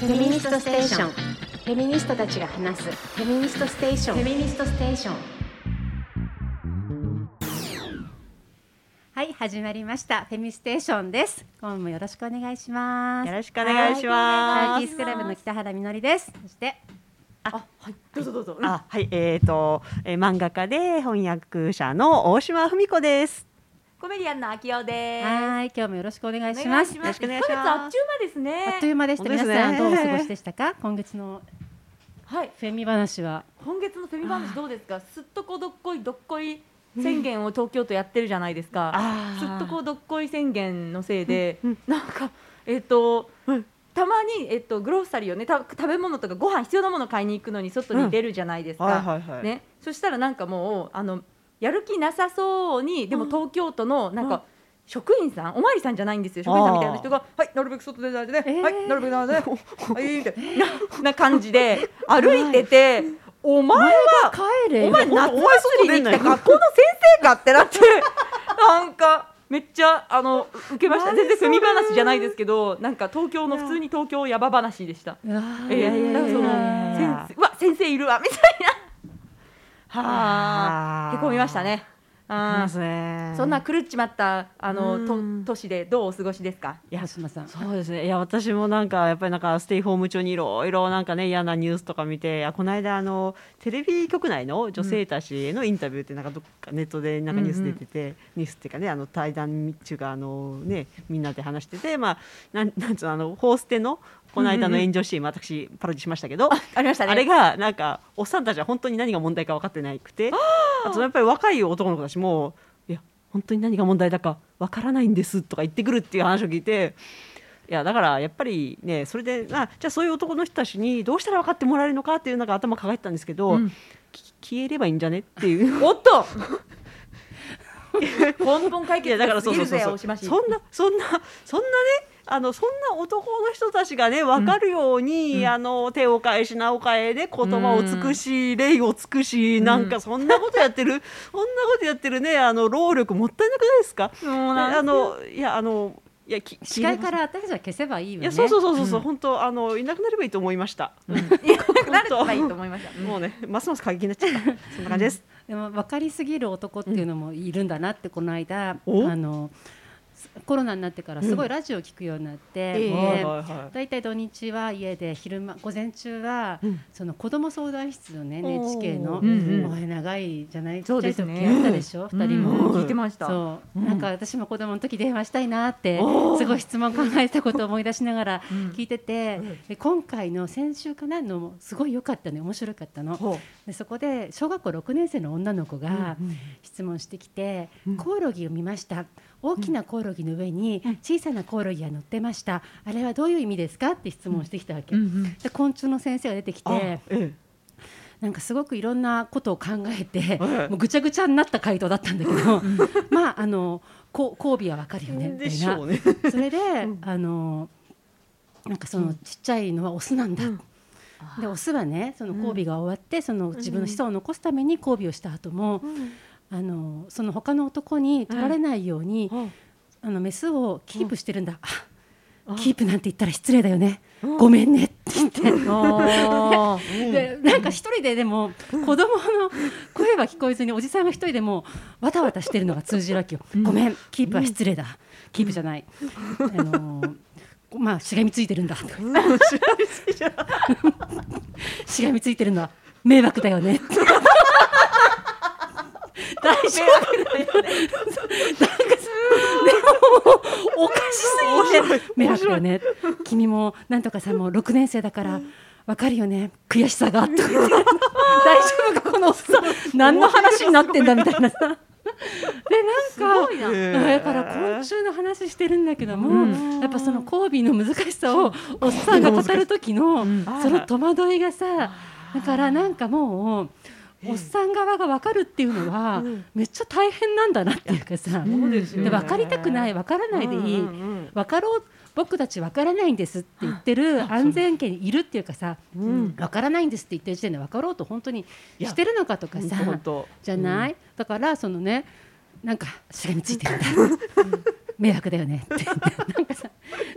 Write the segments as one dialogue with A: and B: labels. A: フェミニストステーションフェミニストたちが話すフェミニストステーションフェミニストステーションはい始まりましたフェミステーションです今日もよろしくお願いします
B: よろしくお願いし
A: サ
B: ま
A: ー
B: す。
A: キースクラブの北原みのりですそして
C: どうぞどうぞ。うん
B: あ、はい、えっ、と、えー漫画家で翻訳者の大島文子です。
C: コメディアンの秋代です。
A: はい今日もよろしくお願いします
B: よろしくお願い
C: 一
B: し
C: ヶ月あ
B: ま
C: っ
B: す
C: ちゅう間ですね。
A: あっという間でした、
B: 本当
A: 皆
B: ですね
A: さんどうお過ごしでしたか今月の
C: はい。
A: フェミ話は
C: 今月のフェミバンどうですか。すっとこどっこいどっこい宣言を東京都やってるじゃないですか。
B: あ
C: すっとこどっこい宣言のせいで
B: うんうん、
C: なんかえっ、と。たまに、えっと、グロッサリーをねた食べ物とかご飯必要なもの買いに行くのに外に出るじゃないですか、
B: はいはいはい。
C: ね、そしたらなんかもうあのやる気なさそうにでも東京都のなん
B: うん
C: か職員さんおまわりさんじゃないんですよ職員さんみたいな人が「はいなるべく外出ないでね、
A: えー
C: はいなるべくなる べくはい」みたいなな な感じで歩いてて「お前は
A: 帰れ
C: お前夏
B: お前
C: 祭りに来た
B: 外出んなよ
C: 学校の先生か」ってなってなんか。めっちゃあの受けました全然踏み話じゃないですけどなんか東京の普通に東京ヤバ話でした
A: うわー
C: え
B: いやいやいや
C: なんかその
B: いやい
C: 先生
B: や
C: うわ先生いるわみたいなはあ
B: あー
C: へこみましたね
B: あり
C: あ
B: ますね。
C: そんな。狂っちまったあのと
B: うん
C: 都市でどうお過ごしですか
A: いや島さん
B: そうですね。いや、私もなんか、やっぱりなんか、ステイホーム中にいろいろなんかね、嫌なニュースとか見て、あ、この間、あの、テレビ局内の女性たちへのインタビューって、なんか、どっかネットでなんかニュース出てて、ニュースっていうかね、あの、対談中が、あの、ね、みんなで話してて、まあ、なん、なんつうの、あの、ホーステの、この間の炎上シーン、私、パロディしましたけど、
C: ありましたね
B: あれがなんかおっさんたちは本当に何が問題か分かってなくてあとやっぱり若い男の子たちもいや本当に何が問題だか分からないんですとか言ってくるっていう話を聞いていやだからやっぱりねそれであじゃあそういう男の人たちにどうしたら分かってもらえるのかっていうなんか頭抱えてたんですけど、
C: うん
B: き消えればいいんじゃねっていう。
C: おっと 根本解
B: い
C: 決
B: やだから
C: が
B: そ
C: 過
B: う
C: ぎ
B: そう
C: る
B: そう
C: ぜ
B: そう
C: 大島
B: そ
C: 氏
B: んなそんなそんなねあのそんな男の人たちがね分かるよう
C: う
B: に、
C: ん
B: あの手を変え品を変えで言葉を尽くし、礼を尽くしなんかそんなことやってる、 そんなことやってるねあの労力もったいなくないですか
C: そうなんです
B: あのいやあのいやき
A: 視界か
B: い
A: ら私たちは消せばいいよね
B: やそうそうそうそう、
C: うん
B: 本当あのいなくなればいいと思いました、
C: いや慣れたらいいと思いましたうん
B: もうねますます過激になっちゃったそんな感じです、
A: でも分かりすぎる男っていうのもいるんだなってこの間、
B: お
A: あのすコロナになってからすごいラジオ聞くようになって、
C: うん
A: で
C: ええ
B: はいはいはい
A: 大体土日は家で昼間午前中は、
B: うん
A: その子供相談室のね
B: おー
A: NHK の、
C: うんうん
A: お前長いじゃない
C: そうです
A: ちっち
C: ね
A: ゃい時やったでしょ、二人
B: うん
A: も。
C: 聞いてました
A: そう、
B: うん
A: なんか私も子供の時電話したいなって
B: おー
A: すごい質問考えたことを思い出しながら
C: うん
A: 聞いてて、で今回の先週かなのもすごい良かったね面白かったの。
B: ほ
A: でそこで小学校6年生の女の子が質問してきて、
B: うん
A: コオロギを見ました大きなコオロギの上に小さなコオロギが乗ってましたあれはどういう意味ですかって質問をしてきたわけ、
C: うん
A: で昆虫の先生が出てき
B: あ
A: て
B: え
A: なんかすごくいろんなことを考えて、
B: はい
A: もうぐちゃぐちゃになった回答だったんだけど まああのこ交尾はわかるよね
B: え、
A: みた
B: で
A: い
B: し
A: な
B: ょうね
A: それで、あのなんかそのちっちゃいのはオスなんだ、でオスはねその交尾が終わって、その自分の子孫を残すために交尾をした後も、あのその他の男に取られないように、あのメスをキープしてるんだ、あキープなんて言ったら失礼だよね、ごめんねって言って、
C: あー
A: でなんか一人ででも子供の声は聞こえずにおじさんが一人でもうわたわたしてるのが通じるわけよ、ごめんキープは失礼だキープじゃない、あのーまあしがみついてるんだとかしがみついてるのは迷惑だよ ね大丈夫だよねなんかでもおかしすぎて迷惑だよね君もなんとかさんも6年生だからわかるよね悔しさが とか言って大丈夫かこのおっさん何の話になってんだみたいなさでなんか
C: いな
A: だから昆虫の話してるんだけども、
C: う
A: やっぱその交尾の難しさをおっさんが語る時の
C: ん
A: その戸惑いがさだからなんかもうおっさん側が分かるっていうのはめっちゃ大変なんだなっていうかさ
B: そうですよ
A: で
B: ね
A: 分かりたくない分からないでいい
B: うんうんうん
A: 分かろう僕たち分からないんですって言ってる安全圏にいるっていうかさ分からないんですって言ってる時点で分かろうと本当にしてるのかとか
B: 本
A: さ
B: 当本当
A: じゃない、だからそのねなんかしがみついてるんだ迷惑だよねって言ってなんかさ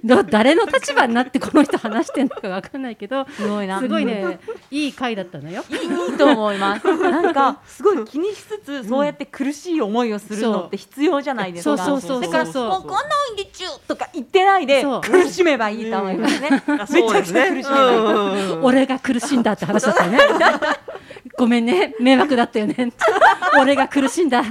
A: ど誰の立場になってこの人話してんのかわかんないけど
D: すごいな
A: すごいねいい回だったのよ。
D: いいと思います
C: なんかすごい気にしつつ、そうやって苦しい思いをするのって必要じゃないです
A: そう
C: か。
A: そうそう
C: だ
A: そ
C: か
A: う
C: ら
A: そう
D: わかんないんでちゅ
C: とか言ってないで
A: そう
C: 苦しめばいいと思いますね。
B: あそうですね
C: めちゃくちゃ苦しい
B: うんうんうん
A: 俺が苦しんだって話だったよね。ごめんね、迷惑だったよね。俺が苦しんだ。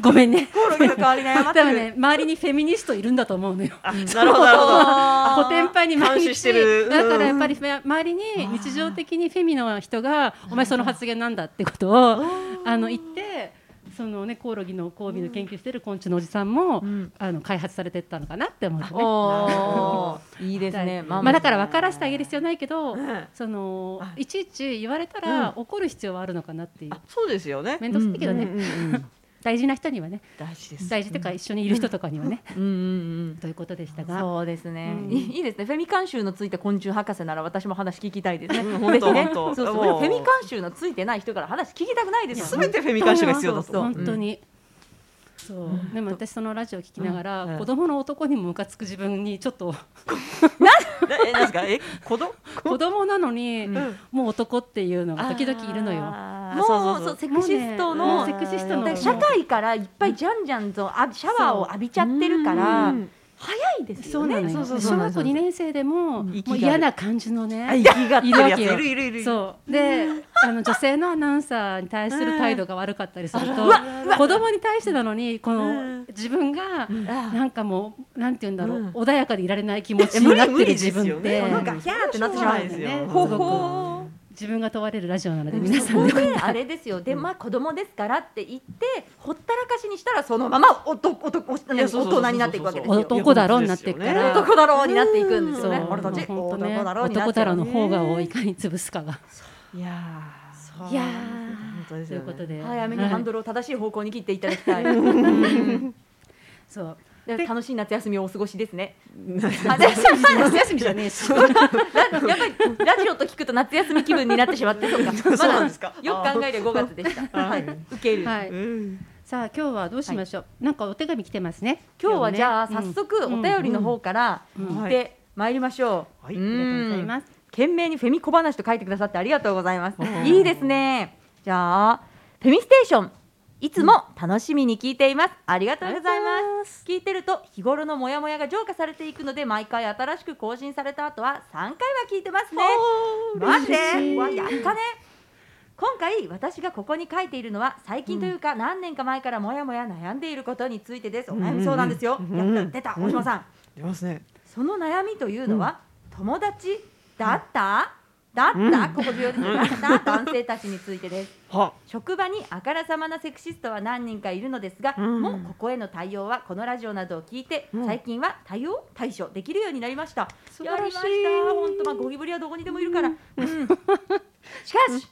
A: ごめんね。
C: 心が変わり悩ま
A: 多
C: ってる
A: 分ね、周りにフェミニストいるんだと思うのよ。
B: あなるほどなるほど
D: あ
A: コテンパンに毎
B: 監視し
A: 日
B: てるうん
A: だからやっぱりフェ周りに日常的にフェミの人が「お前その発言なんだ」ってことをあの言ってそのねコオロギの交尾の研究してる昆虫のおじさんも、あの開発されてったのかなって思うよね。
C: おーいいですね。
A: まあ、だから分からせてあげる必要ないけど、
B: ん
A: そのいちいち言われたら怒る必要はあるのかなっていう
B: あそうですよね
A: 面倒くさいけどね、
B: うんうんうん
A: 大事な人にはね
B: 大事です
A: 大事というか一緒にいる人とかにはね、
C: うんうんうん。
A: ということでしたが
C: そうですね、
A: うん
C: いいいですねフェミ監修のついた昆虫博士なら私も話聞きたいですね、
B: うん本当
C: ぜひね
B: 本当
C: そうそう
B: もう
C: フェミ監修のついてない人から話聞きたくないですよ
B: すべてフェミ監視が必要だと思う
A: 本当に。そうでも私そのラジオ聞きながら、
B: うん
A: 子供の男にもムカつく自分にちょっと
B: ええなんですかえ子供
A: 子供なのに、
B: ん
A: もう男っていうのが時々いるのよ。
B: あー
C: もうそう
B: そう
C: セクシスト
A: も
C: の、
A: うねセクシストの
C: だから社会からいっぱいじゃんじゃんとあシャワーを浴びちゃってるから、早いです
A: そ
C: よ
A: うな
C: ね
A: のよ、
B: そうそうそう
A: 小学校2年生でも、
B: ん
A: もう嫌な感じのね、
B: あ息が合ってるやつ
A: い
B: い
A: るわけよ
B: るいるいる
A: そうであの女性のアナウンサーに対する態度が悪かったりすると、子供に対してなのにこの自分がなんかもうなんて言うんだろう、
B: うん
A: 穏やかでいられない気持ちになってる自分っ
B: え
A: て、
B: 無理無理ですよねなんか
C: キャーってなってしまうんです
B: しょうがないですよ
C: 方
A: すごく
C: 法を
A: 自分が問われるラジオなので皆さ
C: そ
A: ん
C: こ
A: で
C: であれですよでまあ子供ですからって言ってほったらかしにしたらそのままおとおとお
B: い
C: 大
B: やそうそうそうそう
C: 人になっていくわけですよ
B: 男
A: 男だろうになっていくか
B: そう
A: ら
C: 男だろうになっていくんですよね
A: そう
C: 俺たち
A: 本当
C: 男
A: ね
C: だろうになっ
A: 男
C: て
A: だろうの方がをいかに潰すかが
B: いやー
C: いやー
B: 本当です
A: とい
B: よ
A: うこと
B: ね
A: で、
C: 早めにハンドルを正しい方向に切っていただきたい
A: そう
C: で楽しい夏休みをお過ごしです ね あで
A: 夏休みじゃねえし
C: ラ やっぱりラジオと聞くと夏休み気分になってしまってとかま
B: そうなん
C: だ
B: ですか
C: よく考えれば5月でした
B: は
C: はいい受ける
A: はい
B: うん
A: さあ今日はどうしましょう、なんかお手紙来てますね
C: 今日はじゃあ
A: 今日ね
C: 早速お便りの方から
A: うん
B: うん
C: 行ってまいりましょう。
B: はい
C: うん
B: あ
A: うんありがとうございます
C: 懸命にフェミ小話と書いてくださってありがとうございます
B: お。ー
C: いいですね。じゃあフェミステーションいつも楽しみに聞いています。ありがとうございます。聞いてると日頃のモヤモヤが浄化されていくので毎回新しく更新された後は3回は聞いてますね。マジでうわやったね今回私がここに書いているのは最近というか何年か前からもやもや悩んでいることについてですお悩み相談ですよ、
B: うんうん
C: やった出た大島さん、
B: 出ますね
C: その悩みというのは、友達だっただった、ここ重要ですよだった男性たちについてです
B: は
C: 職場にあからさまなセクシストは何人かいるのですが、
B: うん
C: もうここへの対応はこのラジオなどを聞いて、
B: うん
C: 最近は対応対処できるようになりました
B: 素晴らしい
C: やりました本当まあゴキブリはどこにでもいるから、うんしかし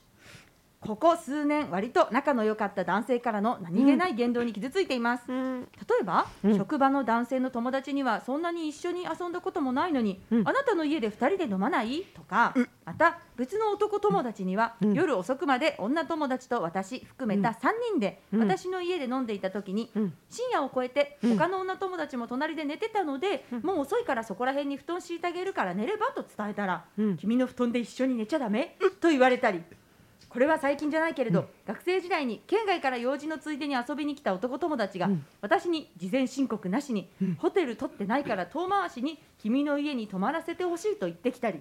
C: ここ数年割と仲の良かった男性からの何気ない言動に傷ついています、
B: うん
C: 例えば、
B: うん
C: 職場の男性の友達にはそんなに一緒に遊んだこともないのに、
B: うん
C: あなたの家で2人で飲まないとか、また別の男友達には、
B: うん
C: 夜遅くまで女友達と私含めた3人で、
B: うん
C: 私の家で飲んでいた時に、
B: うん
C: 深夜を超えて
B: うん
C: 他の女友達も隣で寝てたので、もう遅いからそこら辺に布団敷いてあげるから寝ればと伝えたら、
B: うん
C: 君の布団で一緒に寝ちゃだめ、と言われたり。これは最近じゃないけれど、学生時代に県外から用事のついでに遊びに来た男友達が、私に事前申告なしに、ホテル取ってないから遠回しに君の家に泊まらせてほしいと言ってきたり、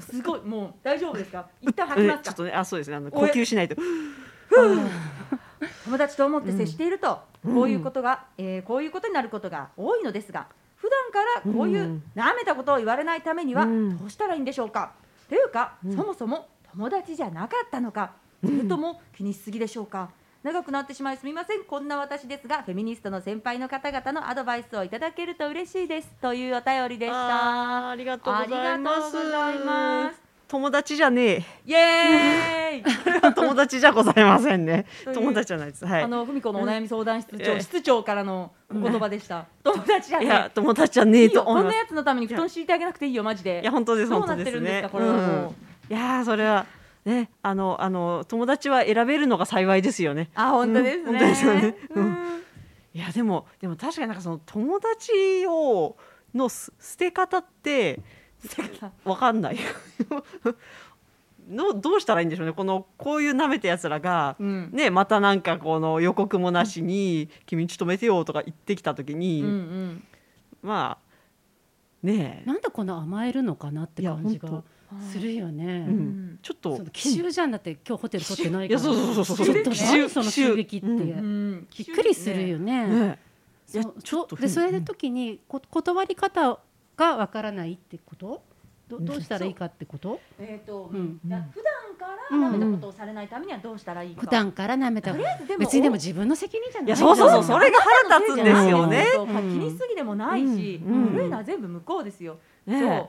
C: すごいもう大丈夫ですか一旦吐き
B: え
C: ます
B: ちょ
C: か
B: っとねあそうですねあの呼
C: おえ
B: 吸しないと
C: 友達と思って接していると、こういうことが、えーこういうことになることが多いのですが普段からこういううんなめたことを言われないためには
B: うん
C: どうしたらいいんでしょうか、というか、そもそも友達じゃなかったのかそれとも気にしすぎでしょうか長くなってしまいすみませんこんな私ですがフェミニストの先輩の方々のアドバイスをいただけると嬉しいですというお便りでした
B: あーありがとうござ
C: あ
B: います
C: りがとうございます
B: 友達じゃねえ
C: イエーイ
B: 友達じゃございませんね
C: という
B: 友達じゃないですはい
C: あの文子のお悩み相談室長、
B: うん
C: 室長からのお言葉でした、友達じゃ
B: い
C: ね
B: や友達じゃね
C: い
B: え
C: い
B: と
C: よ
B: 思
C: こ
B: い
C: んな
B: ます
C: やつのために布団敷いてあげなくていいよマジで
B: いや本当です
C: どう
B: 本
C: なっ
B: 当
C: て
B: で
C: る
B: す
C: んです
B: ね
C: かこれはもう
B: うんいやーそれはねあのあの友達は選べるのが幸いですよね
C: あ本当ですね,、
B: うん本当ですよねうん
C: うん
B: いやでもでも確かになんかその友達をのす捨て方ってわかんない のどうしたらいいんでしょうねこのこういう舐めたやつらが、
C: うん
B: ね、またなんかこの予告もなしに「君んち止めてよ」とか言ってきた時に、
C: うんうん
B: まあねえ
A: なんでこんな甘えるのかなって感じ
B: いや
A: が
B: 本
A: するよね。
B: う
C: うんん
B: ちょっと
A: その奇襲じゃんだって今日ホテル取ってないから
B: いやそうそうそうそう
A: ちょっと
B: 奇襲
A: 何その襲撃って、
B: 奇襲う
C: うん
A: びっくりするよね
B: ね
A: そう
B: いやちょっと
A: でそれの時にこ断り方がわからないってことどどうしたらいいかってこと、
C: えっと
A: うん、
C: だ普段から
A: うん
C: 舐めたことをされないためにはどうしたらいいか
A: 普段から舐めた
C: とりあえずでも
A: 別にでも自分の責任じゃない
B: いやそうそうそう
A: じ
B: そ
A: ゃ
B: れが腹立つんですよね。
C: そう気にしすぎでもないし
B: うん
C: 悪いのは全部向こうですよ
B: ね
C: そう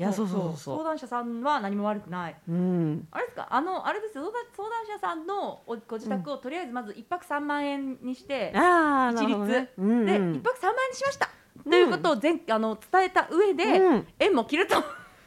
B: いやそうそうそうそう
C: 相談者さんは何も悪くない
B: うん
C: あれですかあのあれですよ相談相談者さんのおご自宅をとりあえずまず一泊三万円にして、
B: ああ
C: 一律
B: うん
C: で
B: うん
C: 一泊三万円にしました、ということを全あの伝えた上で、
B: うん
C: 縁も切ると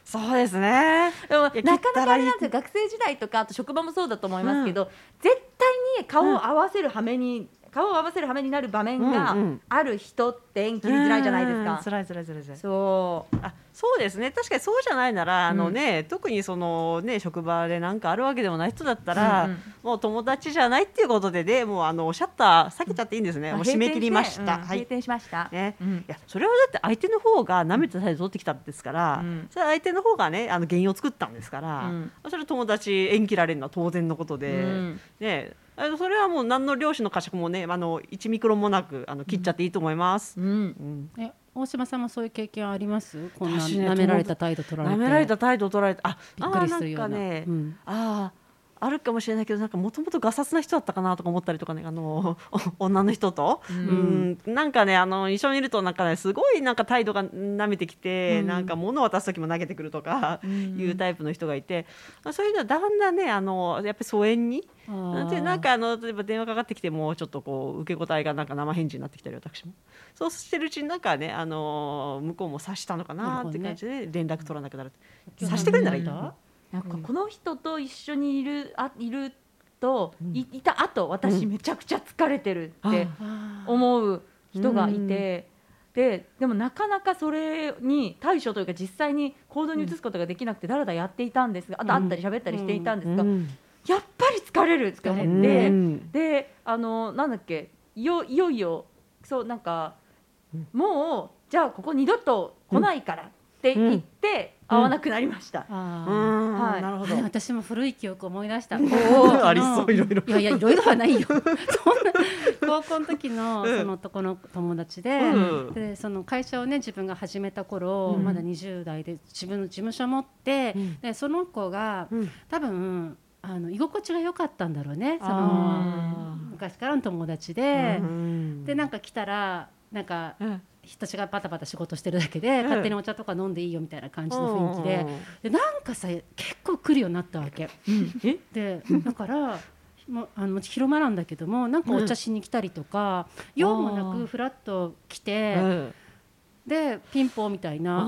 B: そうですね
C: でも
B: 切ったらいい
C: なかなかあれなんですよ学生時代とかあと職場もそうだと思いますけど、絶対に顔を合わせる羽目に、顔を合わせる羽目になる場面が
B: うんうん
C: ある人って縁切りづらいじゃないですか。
B: うん辛い辛い辛い辛い
C: そう
B: あそうですね確かにそうじゃないなら、あのね特にそのね職場でなんかあるわけでもない人だったら、
C: うんうん
B: もう友達じゃないっていうことででもうあのシャッター避けちゃっていいんですね、
C: まあ
B: もう締め切りました、
C: 閉店てうん閉
B: は
C: 店
B: い
C: しました。
B: ね
C: うん
B: いやそれはだって相手の方が舐めた態度取ってきたんですから、
C: うん
B: それは相手の方がねあの原因を作ったんですから、
C: うん
B: それは友達縁切られるのは当然のことで、
C: うん
B: ねあのそれはもう何の漁師の呵責もねあの1ミクロンもなくあの切っちゃっていいと思います。
C: うん
B: うん
A: ないえ大島さんもそういう経験ありますこんな
B: 私ね
A: 舐められた態度取られて
B: 舐められた態度を取られたあ
A: びっくりするような
B: あーんかね、
A: うん
B: あーあるかもしれないけどなんかもともとがさつな人だったかなとか思ったりとかねあの お女の人と、うんなんかねあの一緒にいるとなんかねすごいなんか態度が舐めてきて、なんか物を渡す時も投げてくるとかいうタイプの人がいて、そういうのはだんだんねあのやっぱり疎遠に
A: あー
B: なんてなんかあの例えば電話かかってきてもちょっとこう受け答えがなんか生返事になってきたり私もそうしてるうちになんかねあの向こうも察したのかなって感じで連絡取らなくなる察してくれるならいい
A: 今
C: なんかこの人と一緒にいるあいると、いいた後私めちゃくちゃ疲れてるって
A: あー
C: 思う人がいて、ででもなかなかそれに対処というか実際に行動に移すことができなくてだらだらやっていたんですがあと会ったり喋ったりしていたんですが、やっぱり疲れる疲れて、
A: うん
C: であのなんだっけいよいよいよそうなんか、もうじゃあここ二度と来ないからって言って
B: うん
C: 会わなくなりました。
A: あ
B: う
A: ー
B: ん、
C: はい
B: なるほ
A: あ
B: ど
A: れ。私も古い記憶を思い出した
B: ありそういろいろ
A: いやいやいろいろはない よそんな高校の時の
B: うん
A: その男の友達で,、
B: うん
A: でその会社をね自分が始めた頃、
B: うん
A: まだ20代で自分の事務所持って、
B: うん
A: でその子が
B: うん
A: 多分あの居心地が良かったんだろうねその
B: あ
A: 昔からの友達
B: ー
A: で、
B: うん
A: でなんか来たらなんか
B: うん
A: 人たちがバタバタ仕事してるだけで、
B: ん
A: 勝手にお茶とか飲んでいいよみたいな感じの雰囲気で。でなんかさ結構来るようになったわけ。
B: え
A: でだからもうあの広間なんだけどもなんかお茶しに来たりとか、用もなくフラッと来て、
B: うん
A: でピンポンみたいな。
B: あ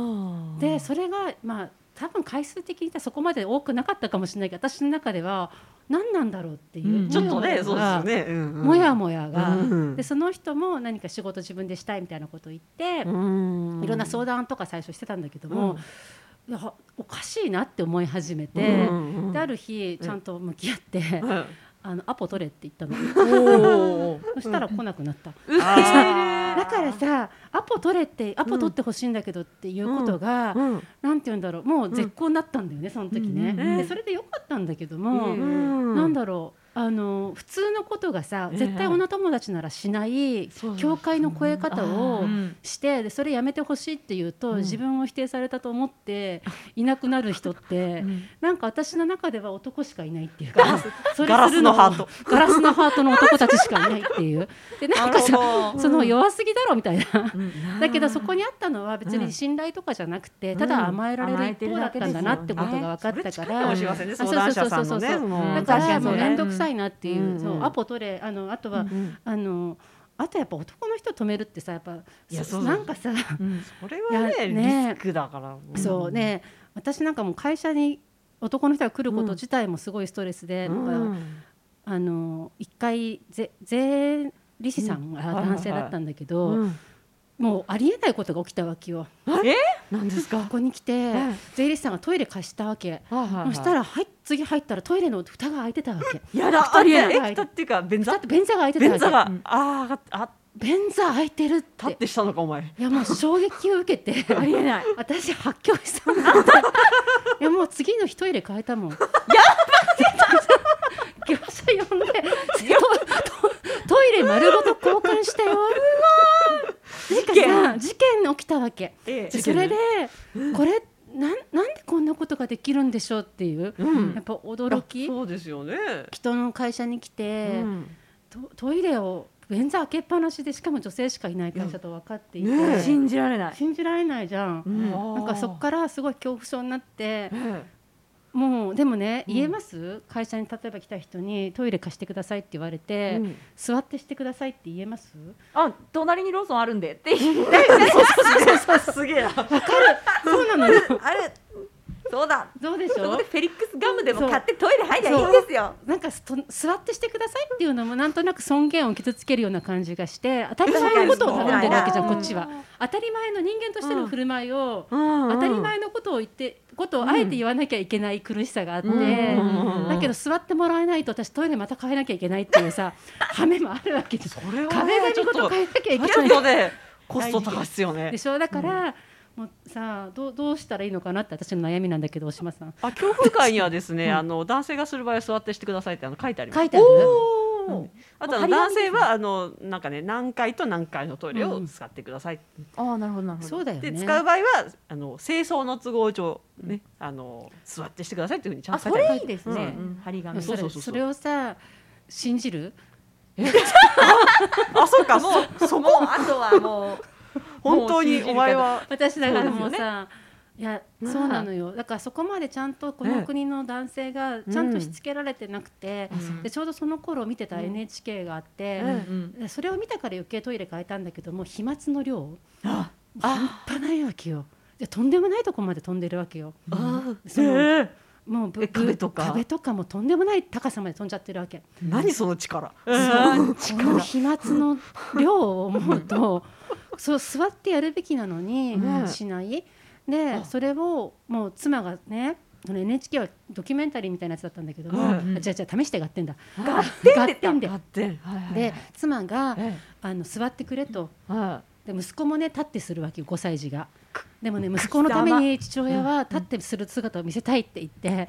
B: ー
A: でそれがまあ多分回数的に言ったらそこまで多くなかったかもしれないけど私の中では何なんだろうっていう、
B: うんちょっとねそうですよね。
A: もや
B: も
A: もやが、
B: うん
A: でその人も何か仕事自分でしたいみたいなことを言って、いろんな相談とか最初してたんだけども、いやおかしいなって思い始めて、である日ちゃんと向き合って、あのアポ取れって言ったのそしたら来なくなった、
C: うっせー
A: だからさアポ取れってアポ取ってほしいんだけどっていうことが、なんて言うんだろうもう絶好になったんだよねその時ね、
C: うん
B: うん
A: でそれでよかったんだけども、
C: うん
A: なんだろうあの普通のことがさ
B: ええ
A: 絶対女友達ならしない
B: そう
A: 教会の超え方を
C: うん
A: してでそれやめてほしいって言うと
B: うん
A: 自分を否定されたと思っていなくなる人っ てなんか私の中では男しかいないっていうかそれ
B: ガラ
A: する
B: ス
A: の
B: のハ
A: は
B: ート
A: ガラスのハートの男たちしかいないっていうでなんか
B: なるほ
A: さ
B: ど
A: その弱すぎだろみたいな。
C: うん
A: だけどそこにあったのは別
B: うん
A: に信頼とかじゃなくて、ただ甘えられる一方だったんだなってことが分かったから、
B: お幸せね
A: あ
B: 相談者さんのね
A: そうそうそうそう
B: もう
A: だ
C: ん
A: から
C: 確か
A: も
C: に
A: う
C: ね
A: 面倒くさいなっていう、
B: うん
A: そう
B: うん
A: アポ取れあのあとは、
B: うん
A: あのあとやっぱ男の人止めるってさやっぱ
B: いや
A: そ
B: そうそう
A: なんかさ、
C: うん
B: これはね
A: いやね
B: リスクだから。
A: そうね私なんかもう会社に男の人が来ること自体もすごいストレスで、
B: うん。
A: だからあの一回ぜ税リシさんが
B: はいはいはい
A: 男性だったんだけど、
B: うん
A: もうありえないことが起きたわけよ
B: なんですか
A: こ。こに来て、
B: はい
A: 税理士さんがトイレ貸したわけ、
B: はいはいはい
A: そしたらはい次入ったらトイレの蓋が開いてたわけ、
B: やだありえない。
A: はい
B: え蓋っていうか便
A: だ
B: 座
A: って便座が開いてたわ
B: 便
A: け
B: 座が
A: うん
B: あーあ
A: 便座開いてるっ
B: 立っててしたのかお前。
A: いやもう衝撃を受け て
C: ありえない。
A: 私発狂したんだいやもう次の日トイレ変えたもんやばい業者呼んでトトトイレ丸ごと交換したよすごい事件事件起きたわけ
B: ええ
A: それでこれなんなんでこんなことができるんでしょうっていう、
B: うん
A: やっぱ驚き
B: そうですよね。
A: 人の会社に来て、
B: うん
A: トトイレを便座開けっぱなしでしかも女性しかいない会社と分かっていて、
B: いやねえ
C: 信じられない。
A: 信じられないじゃん、
B: うん
A: なんかそこからすごい恐怖症になって
B: え
A: もうでもね
B: うん
A: 言えます、会社に例えば来た人にトイレ貸してくださいって言われ
B: え
A: て、
B: うん
A: 座ってしてくださいって言えます
C: あ、隣にローソンあるんでって。
B: すげえな。
A: そうなのよ
C: ある。そうだ。
A: どうでし
C: そ
A: ょ
C: こ
A: う
C: でフェリックスガムでも買ってトイレ入りゃいいんですよ。
A: なんかそ座ってしてくださいっていうのもなんとなく尊厳を傷つけるような感じがして当たり前のことを頼んでるわけじゃんこっちは当たり前の人間としての振る舞いを、
B: 当
A: 当たり前のことを言ってことをあえて言わなきゃいけない苦しさがあって、
B: うんうん
A: だけど座ってもらえないと私トイレまた変えなきゃいけないっていう さ羽目もあるわけです
B: これはね
A: 壁
B: ち
A: 紙
B: ょっ
A: ごと
B: と
A: 変えなきゃい
B: ち
A: け
B: ょっ
A: な
B: と
A: い
B: ねコスト高いっすよね
A: で。しょだから、もうさどうどうしたらいいのかなって私の悩みなんだけど大島さん
B: あ恐怖会にはですね、あの男性がする場合は座ってしてくださいってあの書いてあります。
A: 書いてある
B: おーあとあ
C: もう張
B: の
C: り
B: 男性はあのなんかね何階と何階のトイレを使ってください。
C: あ、なるほどなる
A: そうだよね
B: で使う場合はあの清掃の都合上ねあの座ってしてくださいっていうふうにちゃん
C: あ、
B: と書
C: そ
B: いてあ
C: れ
B: ります
C: いいですね
B: うん。
C: 張り
A: うん
C: 紙。
A: それ
B: そうそうそう
A: それをさ信じる
B: あそう かもう
C: そこあとはも
B: 本当にお前は
A: 私だからも
B: そううで
A: さいや
B: まあ
A: そうなのよだからそこまでちゃんとこ
B: え
A: の
B: え
A: 国の男性がちゃんとしつけられてなくて、
C: うん
A: でちょうどその頃見てた NHK があって、
C: う。うん
A: でそれを見たから余計トイレ変えたんだけどもう飛沫の量
B: あ
A: 半端ないわけよでとんでもないとこまで飛んでるわけよ
B: あ
A: その
B: ええ
A: もうぶ
B: え壁とか
A: 壁とかもとんでもない高さまで飛んじゃってるわけこ
B: 何その力。
A: の飛沫の量を思うと そう座ってやるべきなのに
B: ね
A: しないでそれをもう妻がねその NHK はドキュメンタリーみたいなやつだったんだけども、
B: うん
C: うん
A: じゃあじゃあ試してがってん だ
B: ガ
A: がってんで
B: ガッテンはいはいはい
A: で妻が
B: え
A: あの座ってくれと
B: えはい
A: で息子もね立ってするわけよ5歳児がでもね息子のために父親は立ってする姿を見せたいって言って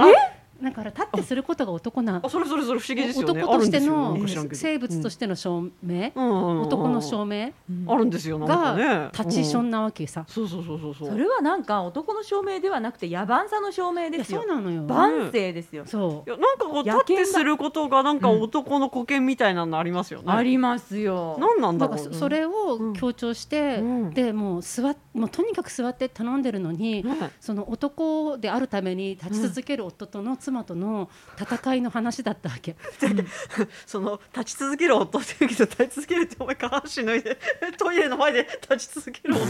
A: だから立ってすることが男な
B: あそれそれそれ不思議ですよね。
A: 男として
B: あ
A: の
B: るんですよなんか知らんけど
A: 生物としての証明
B: うんうんうんうん
A: 男の証明
B: あるんですよなんかね
A: が。立ちショ
B: うん
A: ンなわけさ
B: そうそうそうそうそう。
C: それはなんか男の証明ではなくて野蛮さの証明
A: い
C: で
A: や
C: す
A: そう
C: よ。
A: なのよ
C: 万世ですよ。
A: そ
B: いやなんかこう立
C: 野
B: っ
C: 犬だ
B: てすることがなんか男の保犬みたいなのありますよね。
C: ありますよ。
B: 何な
A: うんだ
B: だ
A: か
B: ろ
A: ら
B: う。
A: そそれを強調して
B: うん
A: でもう座っもうとにかく座って頼んでるのに
B: ね
A: その男であるために立ち続ける夫との妻との戦いの話だったわけ
B: その立ち続ける夫って言うけど立ち続けるってお前下半身脱いで トイレの前で立ち続ける夫。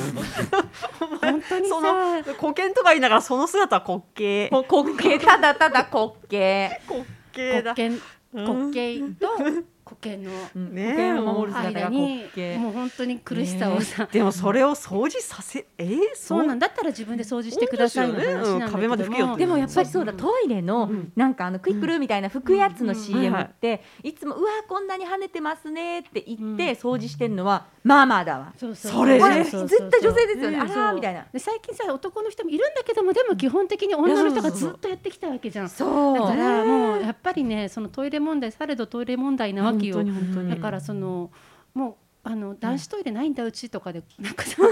B: お前
A: 本当にさ
B: その保険とか言いながらその姿は滑稽。
C: こ滑稽 ただただ滑稽。
B: 滑稽
A: 国
B: だ。
A: 権
B: うん
A: 国権と国権の
B: ねえ
C: 保険を守る姿
A: 間
C: が滑
A: に
C: 稽。
A: もう本当に苦しさをさ、
B: でもそれを掃除させえー、
A: そうなんだったら自分で掃除してくださいの話なんだ
B: そうですよねうん壁まで
A: け
B: 拭け
A: ど
B: よ
A: も
B: っ
C: で
B: て
C: もやっぱりそうだトイレの
B: ん
C: なんかあのクイックルーみたいな拭くやつの CM
B: はい
C: っ
B: は
C: ていつも「うわこんなに跳ねてますね」って言
A: うん
C: って掃除してるのはママだわ。
A: そうそう
B: それ
C: これ
B: ね
A: そう
C: 絶
A: そうそう
C: 対女性ですよね。
A: うん
C: あ
A: そ
C: ら
A: う
C: みたいな。
A: で最近さ男の人もいるんだけどもでも基本的に女の人がずっとやってきたわけじゃんだ
C: そう
A: か
C: だから
A: らもうやっぱりねそのトイレ問題されどトイレ問題なわけよ
B: 本当に本当に
A: だからそのもうあの男子トイレないんだうちとかでなん かさ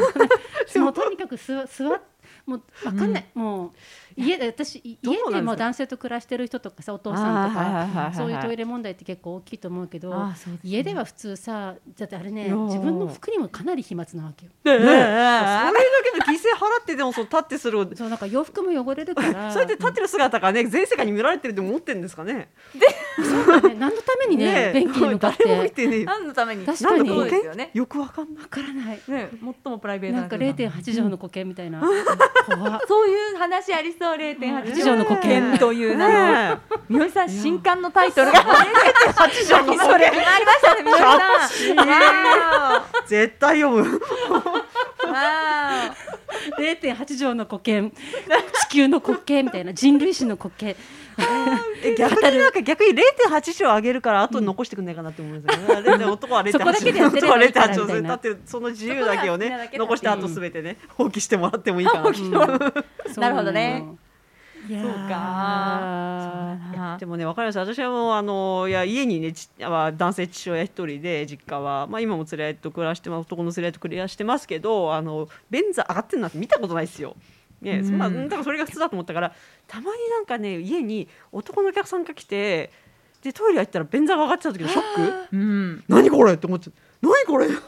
A: もうとにかく座座っもうわかんない、もう家で私い
B: どうなんです
A: 家
B: か
A: でもう男性と暮らしてる人とかさお父さんと
B: あーはいはいはい
A: か
B: はい
A: そういうトイレ問題って結構大きいと思うけど
C: あーそうですね
A: 家では普通さだってあれね
B: いやー
A: 自分の服にもかなり飛沫なわけよ
B: ねえそれ
C: ね
B: だけの犠牲払ってでもそう立ってする
A: そうなんか洋服も汚れるから
B: そうやって立ってる姿がね全世界に見られてるって思ってるんですかね。
A: そうだね何のためにね
B: え
A: 便器に向かって
B: 誰も見
A: わ
B: てねえよ。
C: 何のために
A: 確
B: な
A: か
B: ん
A: に
B: で
C: そ
B: 保
C: うですよね
B: 険よくわかんない。
A: からない
C: ね最もプライベート
A: なんか
C: 空間
A: 0.8畳の固形みたいな怖っ
C: そういう話ありそう0.8
A: 八条の
B: 固
A: 子
B: 形
A: 剣
C: という名のみよりさん新刊のタイトルが8条のそれ決まりましたねみよりさんわ
B: 絶対読む。
C: ーおわー
A: 0.8条の古剣地球の古剣みたいな人類史の古剣
B: え逆になんか逆に0.8章上げるから後に残してくんないかなって思いますよね。0.8男は0.8
A: そこだけでやってれ
B: 男は
A: ばいいからみたい
B: 0.8
A: な
B: を立ってるその自由だけを
C: そこは好きなだ
B: ね
C: けだ
B: 残した後すべてね放棄してもらってもいいかな。
A: うん
C: なるほどね
A: そうなの。
C: そう
A: いやー
C: かそうだな
B: でもね分かりました私はもうあのいや家にねちあ男性父親一人で実家は、まあ、今も連れ合いと暮らしてます男の連れ合いと暮らしてますけどあの便座上がってるなんて見たことないですよ。ね
C: うん
B: そんなうんだからそれが普通だと思ったからたまになんかね家に男のお客さんが来てでトイレ行ったら便座が上がってた時のショック。
C: うん
B: 何これって思っちゃって何これ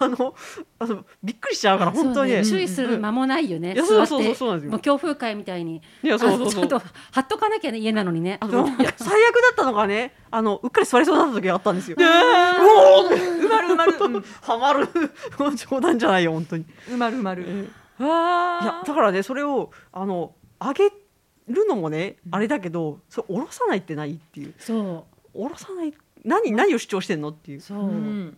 B: あのあのびっくりしちゃうから本当に、
A: そう
B: ね
A: ね注意する間もないよね。
B: いや
A: 座って
B: そうそうそうそうなんですよ
A: もう強風会みたいに。
B: いやそうそうそう
A: あちょっと貼っとかなきゃね家なのにね。
B: あの最悪だったのがねあのうっかり座りそうになった時があったんですよ。ね、うまるうまる、はまる 冗談じゃないよ本当に。
C: うまるうまる
B: い
C: わ
B: やだからねそれをあの上げるのもねあれだけどそれ下ろさないってないっていう
A: そ
B: 下ろさない何何を主張してんのっていうう。
A: そうう。
C: ん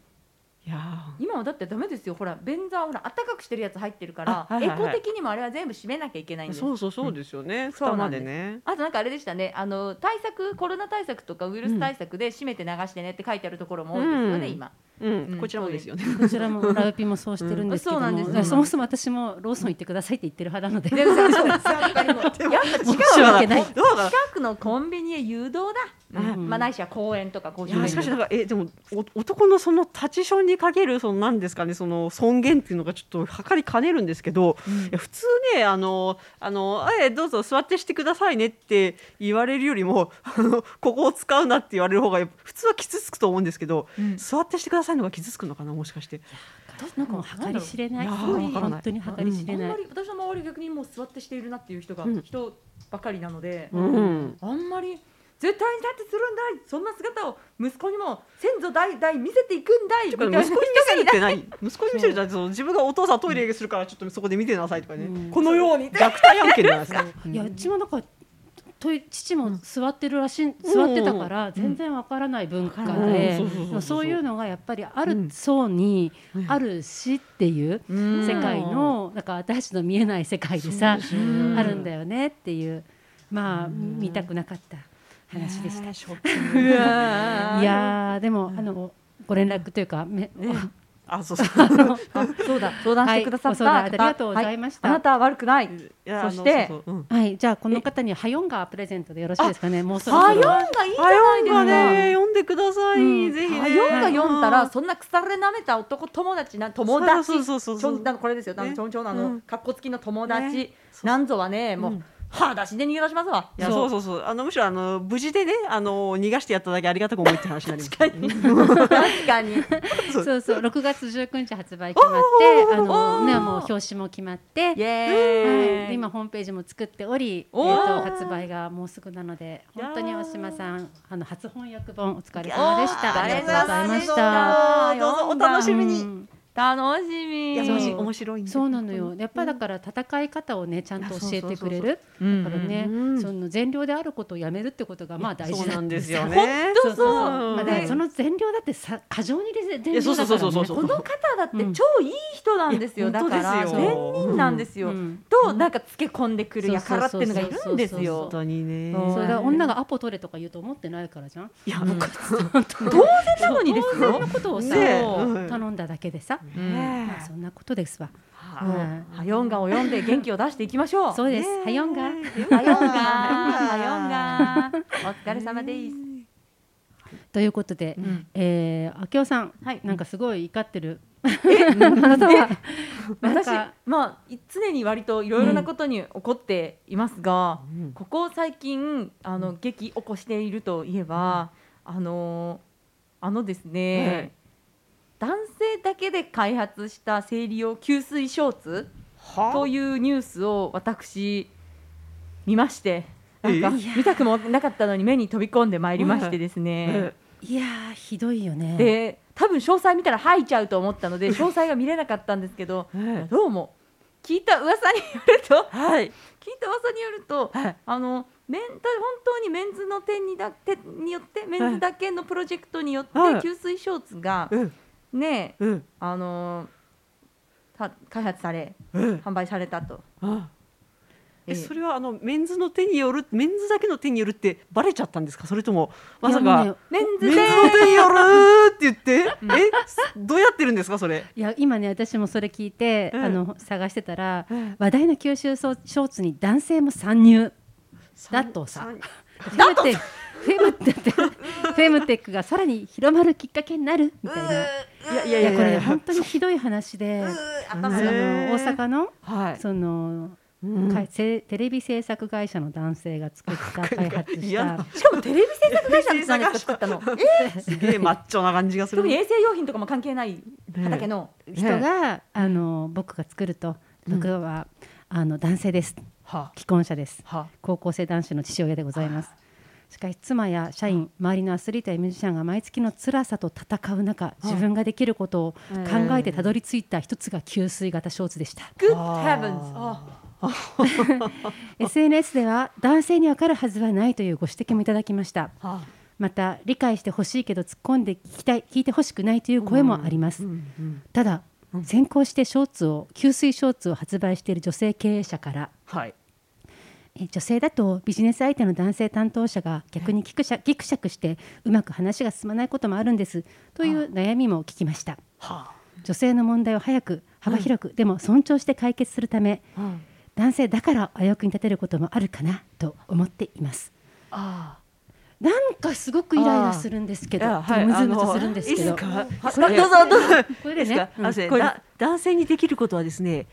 B: いやー
C: 今はだってダメですよほら便座はほら暖かくしてるやつ入ってるから、
B: あはいはいは
C: エ
B: い
C: コ的にもあれは全部閉めなきゃいけないんです
B: そうそうそうですよね。
C: そ
B: 蓋
C: うな
B: ま
C: んで
B: ですね。
C: あとなんかあれでしたねあの対策コロナ対策とかウイルス対策で閉めて流してねって書いてあるところも多いですよね、
B: うん
C: 今
B: うん、
C: うん
B: こちらもですよね。
A: こちらもラウピもそうしてるんですけども、
C: うんそうなんです
A: だか
C: よ
A: らそもそも私もローソン行ってくださいって言ってる派なので、
C: でもさそうやっぱりもうやっぱ
B: 違
C: 近
A: うわけない
B: どうだ
C: くのコンビニへ誘導だ、
A: うん
C: まあないしは公園とか公
B: い
C: 衆
B: や
C: 便
B: しかし
C: 所
B: なんかえでもお男のその立ちションにかけるそのなんですかねその尊厳っていうのがちょっと測りかねるんですけど、いや普通ねあのあのえどうぞ座ってしてくださいねって言われるよりもあのここを使うなって言われる方がやっぱ普通は傷つくと思うんですけど、
C: うん
B: 座ってしてくださいのが傷つくのかなもしかして。
A: なんかもう計り知れない。
B: いやー
A: 本当に
B: わから
A: 本
B: ない
A: 当に計り知
C: あ
A: れ
C: ん
A: な
C: ま
A: い。
C: り私の周り逆にもう座ってしているなっていう人が
B: うん
C: 人ばかりなので、
B: うん
C: あんまり絶対にだってするんだいそんな姿を息子にも先祖代々見せていくんだいみ
B: て
C: た
B: か
C: いな
B: 息子に見
C: 人が
B: せる
C: い
B: っ
C: ない
B: てない息子に見せるじゃなくてその自分がお父さんトイレするからちょっとそこで見てなさいとかね、
A: うん
B: このように虐待案件じゃない ですか。
A: いやうちもなんか。とい父も座ってるらしい、座ってたから全然わからない文化で
B: うんうん
A: まあそういうのがやっぱりあ
B: う
A: る
B: ん
A: 層にあるしっていう
C: うん
A: 世界のなんか私の見えない世界でさ
C: うん
A: あるんだよねっていうまあ見たくなかった話でした。
B: ショッ
C: う
B: ク
C: わー
A: いやーでもあのご連絡というかめ
B: あそ うそう。
C: あそうだ相談してくださった方、
A: はいご相談ありがとうございました
C: はあなたは悪くない。
B: いやあの
C: そして
B: そうそううん
A: はいじゃあこの方にハヨンガープレゼントでよろしいですかねもうそろ
C: ハ
A: そ
C: ヨン
A: ろ
C: がいいじゃないです
B: が
C: か。
B: ね読んでください、
A: うん
B: ぜひね
C: ハヨンが読んだら
B: そ
C: そんな腐れなめた男友達な友達。
B: そうそうそうそう
C: ちょんなんかこれですよ。なんか
B: ね
C: ちょんちょんのあ
B: う
C: の
B: ん
C: 格好付きの友達、
B: ねそう
C: なんぞはねもう、
B: うん
C: 裸足で逃げ出します わ。
B: いやそうそうそうあのむしろあの無事でねあの逃がしてやっただけありがたく思いって話になります確かに
C: 確か に。
B: そう
A: そうそう6月19日発売決まっ
B: お
A: て
B: ー
A: あの
B: お
A: ね
B: ー
A: もう表紙も決まっては
C: イエ
A: い
C: ーイ。
A: で今ホームページも作っており、え
C: おー
A: ー、と発売がもうすぐなので本当に大島さんあの初翻訳本お疲れ様でしたありがとうございました。
C: ありがとう
B: ど
C: ございました
B: うぞお楽しみ
A: う
B: に、
A: ん
C: 楽しみ。
B: いや
A: そ
B: 面
A: う
B: 白い面白いんで
A: そうなのよやっぱりだから戦い方をねちゃんと教えてくれるだからね、
B: うんうん
A: その善良であることをやめるってことがまあ大事
B: そうなんですよ
A: ね。
B: ね
A: そうそうそう
B: うん
A: まあだからその善良だってさ過剰に善
B: いやそ
A: 良
B: うそ
A: だ
B: う
A: か
B: そ
A: ら
B: うそうそう
A: ね
B: そう
C: この方だって超いい人なんですよ。
B: うん
C: だから
B: 本
C: 善
B: 当ですよ
C: 人なんですよ。
A: うん
C: となんかつけ込んでくるやからっていうのがいるんです
A: そう
C: よ
B: 本。当にね
C: そう
A: それが女がアポ取れとか言うと思ってないからじゃん。
B: いや、
C: うん
B: ね
C: 当然なのにです
A: そん
C: よ
A: な。ことをさ、
B: ねえうん
A: 頼んだだけでさ、
C: うん
A: まあそんなことですわ。
C: はあ、ヨンガを読んで元気を出していきましょう。
A: そうです。はよんが。
C: ハヨンガ、ハヨンガ、お疲れ様です。
A: ということで、えー、明夫さん、
C: はい
A: なんかすごい怒ってる。 あなたは、なん
C: 私
A: か、
C: まあい常に割といろいろなことに怒っていますが、
B: うん
C: ここ最近あの激起こしているといえば、あのあのですね、男性だけで開発した生理用吸水ショーツと
B: は
C: いうニュースを私見まして。なんか
B: え
C: 見たくもなかったのに目に飛び込んでまいりましてですね、
B: え
A: いやー、ひどいよね。
C: で多分詳細見たら吐いちゃうと思ったので詳細が見れなかったんですけど
B: ええ
C: どうも聞いた噂によると
B: はい
C: 聞いた噂によると、
B: はい
C: あのメンタ本当にメンズの点にだ手によってメンズだけのプロジェクトによって、
B: はい
C: 吸水ショーツが
B: うん
C: ね
B: うん
C: あのた開発され
B: うん
C: 販売されたと。
B: あえ
C: え
B: それはあのメンズの手によるメンズだけの手によるってバレちゃったんですかそれともまさ
A: いやもう
B: か
A: ね
C: メンズ
B: メン
C: で
B: ズの手によるって言ってえどうやってるんですかそれ
A: いや今ね私もそれ聞いて、
B: うん
A: あの探してたら、
B: うん
A: 話題の吸収ショーツに男性も参入だとさフェムテックフェムテックフェムテックがさらに広まるきっかけになるみたいない
B: やいや
A: い
B: いや
A: や
B: い
A: こ
B: や
A: れ本当にひどい話 で、あの
B: へー
A: 大阪の
B: はい
A: その、
B: うん
A: かいせテレビ制作会社の男性が作った開発し
B: 嫌な
A: た
C: しかもテレビ制作会社なんですか作ったの
B: すげえマッチョな感じがする
C: 特に衛生用品とかも関係ない畑の、
A: 人が、あの僕が作ると僕は、あの男性です
B: は
A: 既婚者です
B: は
A: 高校生男子の父親でございます。しかし妻や社員周りのアスリートやミュージシャンが毎月の辛さと戦う中自分ができることを考えてたどり着いた一つが給水型ショーツでした。
C: Good
B: あ
C: heavens
B: ー
A: SNS では男性にわかるはずはないというご指摘もいただきました
B: は
A: また理解してほしいけど突っ込んで聞きたい聞いてほしくないという声もあります、
B: うんうん
A: ただ先行してショーツを吸水ショーツを発売している女性経営者から
B: はい
A: え女性だとビジネス相手の男性担当者が逆にギクシャギクシャクしてうまく話が進まないこともあるんですという悩みも聞きました
B: は
A: 女性の問題を早く幅広く、でも尊重して解決するため
B: あ
A: 男性だからお役に立てることもあるかなと思っています
B: あ
A: なんかすごくイライラするんですけど、ムズムズするんですけど、
B: いやはいあのいいっす
A: こ
B: か
A: れ
B: いや
A: どうぞこれ
B: で
A: ですね
B: か、、
A: うん
B: あすいません
A: これ
B: だ男性にできることはですね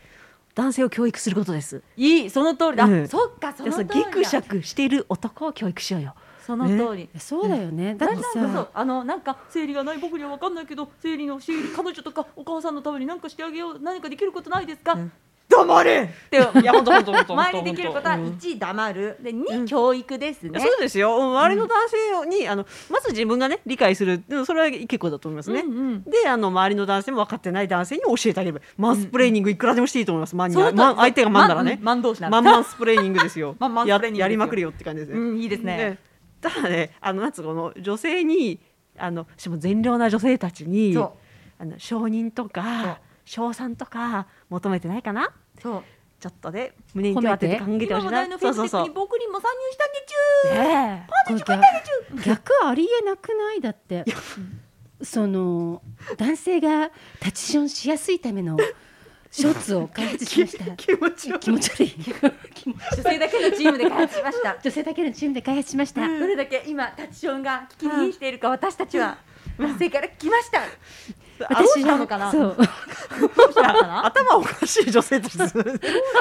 B: 男性を教育することです
C: いいその通りだ、
B: うん
C: そっかそ
B: いや
C: の
B: そ
C: 通
B: う
C: り
B: ギクシャ
C: だ
B: クしている男を教育しようよ
C: その通り、
A: そうだよね、だ
C: だ
A: っ
C: ん
A: て
C: だんこ
A: さ
C: そあのなんか生理がない僕には分かんないけど生理の生理彼女とかお母さんのために何かしてあげよう何かできることないですか、
B: うん
C: 黙れって
B: いや本当本当本当
C: 前にできることは
B: うん
C: 1黙るで
B: うん
C: 2教育ですね、
B: そうですようん周りの男性に、あのまず自分がね理解するうんそれは結構だと思いますね、
C: うんうん
B: であの周りの男性も分かってない男性に教えてあげればマンスプレーニングいくらでもしていいと思います、マンに
C: そうだ
B: マン相手がマンならね
C: マンマン同士なら
B: マンマンスプレーニングで すよ
C: マンマンスプレーニングですよ
B: ややりまくるよって感じですね、
C: うんいいですね
B: ただねあのなんつうのこの女性にあのしかも善良な女性たちに
C: そ
B: あの承認とか称賛とか求めてないかな
C: そう
B: ちょっとで胸に手を当てて考えて
C: 今
B: ほ
C: 話
B: しいな
C: 題のフ
B: そ
C: ェ
B: う
C: イスブック
B: そうそう
C: に僕にも参入したんでちゅー、
B: ねえ
A: これ逆逆ありえなくないだってその男性が立ちションしやすいためのショーツを開発しま した
B: 気持ちよ
A: 気持ち悪い気持ち
C: 女性だけのチームで開発しました
A: 女性だけのチームで開発しました、
C: どれだけ今タッチションが危機に瀕しているか私たちは男性から来ました
A: 私
C: どうしたのかな
A: そう
C: どうしたのかな
B: 頭おかしい女性たちです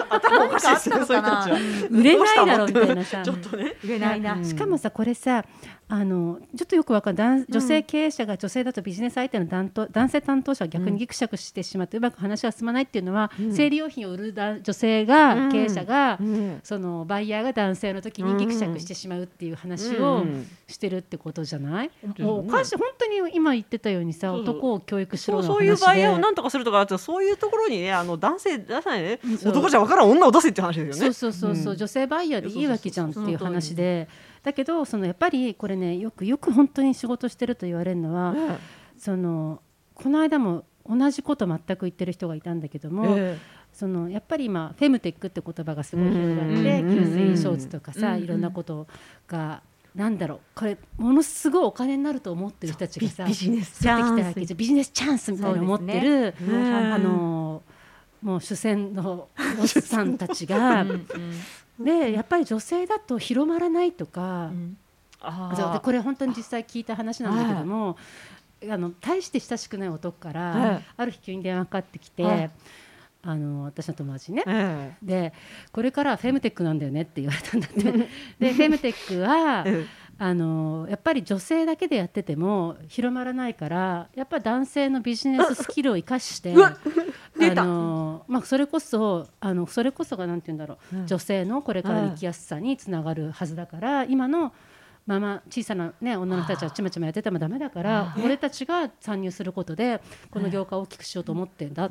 B: 頭おかしいですねそういう人たちは
A: 売れないだろ
B: どう
A: う
B: し
A: みた
B: の
A: いなさ
B: ちょっとね
C: 売れないな、
A: うんしかもさこれさあのちょっとよくわかんない男女性経営者が女性だとビジネス相手の担当男性担当者が逆にギクシャクしてしまってうまく話が進まないっていうのは、生理用品を売るだ女性が、
B: うん
A: 経営者が、
B: うん
A: そのバイヤーが男性の時にギクシャクしてしまうっていう話
B: う
A: を
B: ん
A: してるってことじゃない、
B: うん
A: もうおかしい本当に今言ってたようにさ
B: そうそう
A: 男を教育し
B: そ
A: ろ
B: う
A: の
B: そ
A: 話で
B: ういうバイヤーをなんとかするとかあとそういうところにねあの男性出さないね
A: そう
B: 男じゃわからん女を出せって話ですよ
A: そう
B: ね
A: そうそうそう、
B: うん
A: 女性バイヤーでいいわけじゃんっていう
C: そうそうそう
A: 話でだけどそのやっぱりこれねよくよく本当に仕事してると言われるのは、
B: え
A: そのこの間も同じこと全く言ってる人がいたんだけども、
B: え
A: そのやっぱり今フェムテックって言葉がすごい広がって
B: うんうんうんうん
A: 吸水ショーツとかさ、
C: うんうん
A: いろんなことが。なんだろうこれものすごいお金になると思ってる人たちがさ
B: ビビジネスチ
A: 出
B: ャ
A: てきた
B: ンス
A: わけじゃんビジネスチャンスみたいに思ってる、
B: すね
A: あのもう主戦のおっさんたちが
C: うんうん
A: でやっぱり女性だと広まらないとか、
C: うん
B: あ
A: そう
B: ー
A: でこれ本当に実際聞いた話なんだけども、あの大して親しくない男から、
B: はい
A: ある日急に電話かかってきて、
B: はい
A: あの私の友達にね、
B: え
A: でこれからはフェムテックなんだよねって言われたんだってでフェムテックは
B: ええ
A: あのやっぱり女性だけでやってても広まらないからやっぱ男性のビジネ ススキルを生かして
C: わ出た
A: あの、まあ、それこそあのそれこそがなんて言うんだろう、
B: うん
A: 女性のこれからの生きやすさにつながるはずだから今のまま小さな、ね、女の人たちはちまちまやっててもダメだから俺たちが参入することでこの業界を大きくしようと思ってんだ。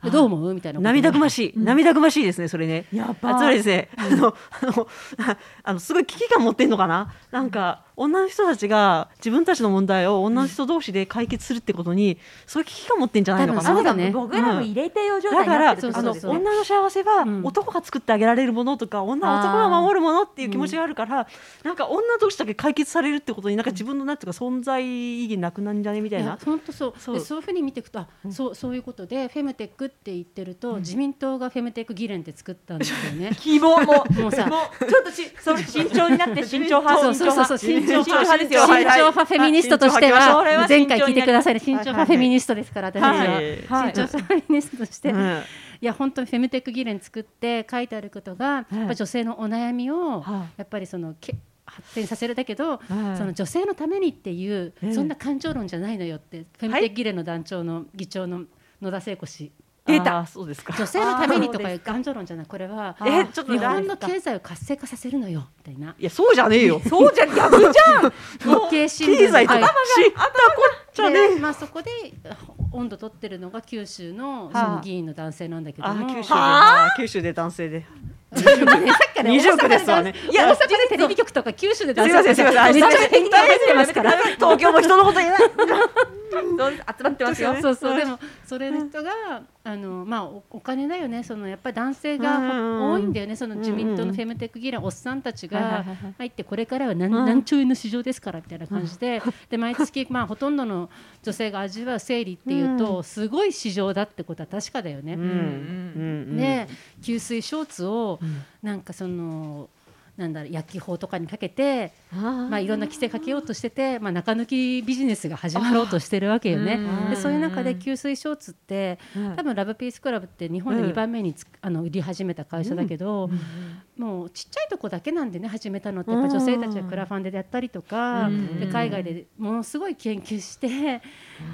A: でどう思うみたいなこと
B: 涙ぐましい、涙ぐましいですね、それね。
C: やばい
B: あつまりですね、あの、あの、ああのすごい危機感持ってんのかな。なんか、女の人たちが自分たちの問題を女の人同士で解決するってことに、そういう危機感持ってんじゃないのか
A: 多
B: な
A: 分。
C: あ
A: そ
C: な
A: う
C: た
A: だね
C: も僕らも入れてよ状態
B: だ
C: に
B: か
C: なっ
B: ら、
C: てるってこ
B: あ
C: と
B: の
C: ですよね。
B: 女の幸せは、
A: うん
B: 男が作ってあげられるものとか女
C: あー。
B: 男が守るものっていう気持ちがあるから、なんか女同士だけ解決されるってことになんか自分のなんていうか存在意義なくなんじゃねみたいな。
A: 本当そう
B: そ
A: そううでそういうふうに見ていくとあ、そうそういうことでフェムテックって言ってると、自民党がフェムテック議連って作ったんですよね
C: 希望もう
A: もうさ
C: ちょっとしそれ慎重になって慎重派
A: そう
C: 慎
A: そうそう
C: 重派
A: そう慎重派
C: です
A: 慎
C: よ
A: 重
C: はいはい
A: 派フェミニストとして
C: はいはい
A: は前回聞いてくださいね
B: 慎
A: 慎
B: 重
A: 重
B: 派
A: 派フェミニストですから私たち
B: はい
A: は
B: はい
A: 慎重派フェミニストとして、
B: うん
A: いや本当にフェムテック議連作って書いてあることが、
B: い
A: やっぱ女性のお悩みを、
B: はい
A: やっぱりそのけ発展させるだけど、
B: い
A: その女性のためにっていう、
B: ええ
A: そんな感情論じゃないのよって、フェムテック議連の団長の議長の野田聖子氏、
B: 出たそうですか
A: 女性のためにとかいう感情論じゃないこれは
B: あーえちょっと
A: 日本の経済を活性化させるのよみたいない
B: やそうじゃねえよ
C: そうじゃん逆じ ゃん
A: 日経新聞
B: 経済とか知っ
A: は
B: た
A: い
B: こっちゃね
A: でまあ、そこで温度取ってるのが九州の
C: はあ
A: その議員の男性なんだけど
B: あ
A: も、
B: ー九州で
A: は
B: あー九州で男性で二十区ですわね
A: いや大阪でテレビ局とか九州です男
B: い
A: 性
B: ませんすいませんあ
A: めっちゃ
B: 久々に
A: 入ってますから
B: 東京も人のこと言えない
C: そうです集まってますよ
A: そう そうでもそれの人が、あのまあおお金だよねそのやっぱり男性
B: うんうんう
A: が
B: ん
A: 多いんだよねその自民党のフェムテック議連おっさんたちが入ってこれからは何,、
B: うん
A: 何兆円の市場ですからみたいな感じでで毎月まあほとんどの女性が味わう生理っていうと、すごい市場だってことは確かだよね。
B: うんうん
A: で吸水ショーツをなんかそのなんだろう薬機法とかにかけてまあ、いろんな規制かけようとしてて、まあ、中抜きビジネスが始まろうとしてるわけよね
C: うん。
A: でそういう中で給水ショーツって多分ラブピースクラブって日本で
B: うん
A: 2番目につ、あの売り始めた会社だけど、もうちっちゃいとこだけなんでね始めたのってやっぱ女性たちがクラファンでやったりとか、
C: うん
A: で海外でものすごい研究して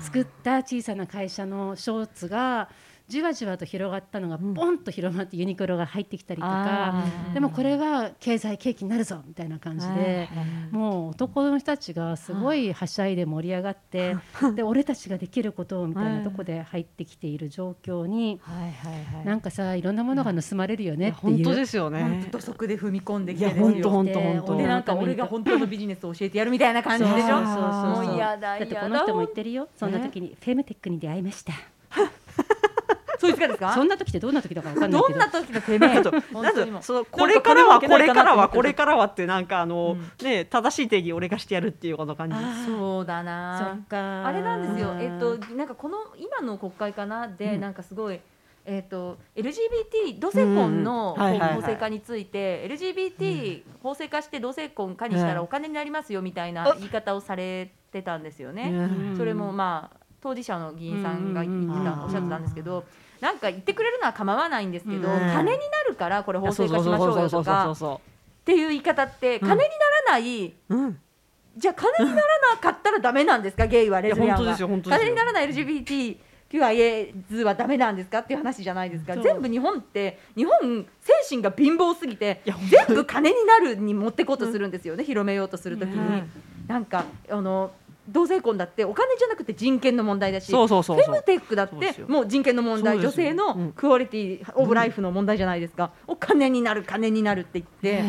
A: 作った小さな会社のショーツがじわじわと広がったのがポンと広まってユニクロが入ってきたりとか、でもこれは経済景気になるぞみたいな感じで。もう男の人たちがすごいはしゃいで盛り上がって、で俺たちができることをみたいなとこで入ってきている状況に、
C: はいはいはい
A: なんかさいろんなものが盗まれるよねって
B: 本
A: い
B: 当
A: う。
B: ですよ
C: 本当
B: ね
C: 土足で踏み込んでき
B: い
C: て
B: や
C: ですよ
B: 本当本当
A: で
B: 本
C: で
A: 俺
B: 当
A: ら
C: なんか俺が本当のビジネスを教えてやるみたいな感じでしょ
A: そうそうそうそう
C: もう嫌だ
A: だって
C: 嫌
A: こ
C: だ
A: の人も言ってるよそんな時にフェムテックに出会いました
C: そいつがですか
A: そんな時ってどんな時だかわかんない
C: ど
A: け
C: ん
A: ど
C: な時のてめえ
B: あと
C: 本
B: なん
C: 当にも
B: か
C: う
B: そのこれから
C: な
B: は
C: んか
B: こ
C: これわけな
B: れ
C: いか
B: か
C: な
B: らは
C: と思
B: こ
C: って
B: れからはってなんかあの
C: うん
B: ね正しい定義俺がしてやるっていうこの感じです
C: そうだな
A: か
C: あれなんですよ、えっと
A: う、
C: なんかこの今の国会かなで、
B: うん
C: なんかすごい。えっと、LGBT 同性婚の
B: うんはいはいはい
C: 法制化について、LGBT 法制化して同性婚化にした
B: う
C: ら
B: ん
C: お金になりますよみたいな言い方をされてたんですよね。
A: ん
C: それもまあ当事者の議員さんが言って
B: うんうんうん
C: たおっしゃってたんですけどなんか言ってくれるのは構わないんですけど
B: うん
C: 金になるからこれ法制化しましょうよと
B: そ
C: か
B: うそ
C: っていう言い方って
B: うん
C: 金にならない
B: そうそううん
C: じゃあ金にならなかったらダメなんですかゲイはレズビアンは。
B: いや本当ですよ本当ですよ
C: 金にならない LGBTQIA 図はダメなんですかっていう話じゃないですか
A: そう
C: 全部日本って日本精神が貧乏すぎて
B: いや本
C: 全部金になるに持ってこうとするんですよね、広めようとするときに、
B: うん
C: なんかあの同性婚だってお金じゃなくて人権の問題だし
B: そうそうそうそう
C: フェムテックだっ
B: そうです
C: て
B: よ
C: もう人権の問題
B: そうで
C: 女
B: すよ
C: 性
B: うん
C: のクオリティオブライフの問題じゃないですか、お金になる金になるって言って、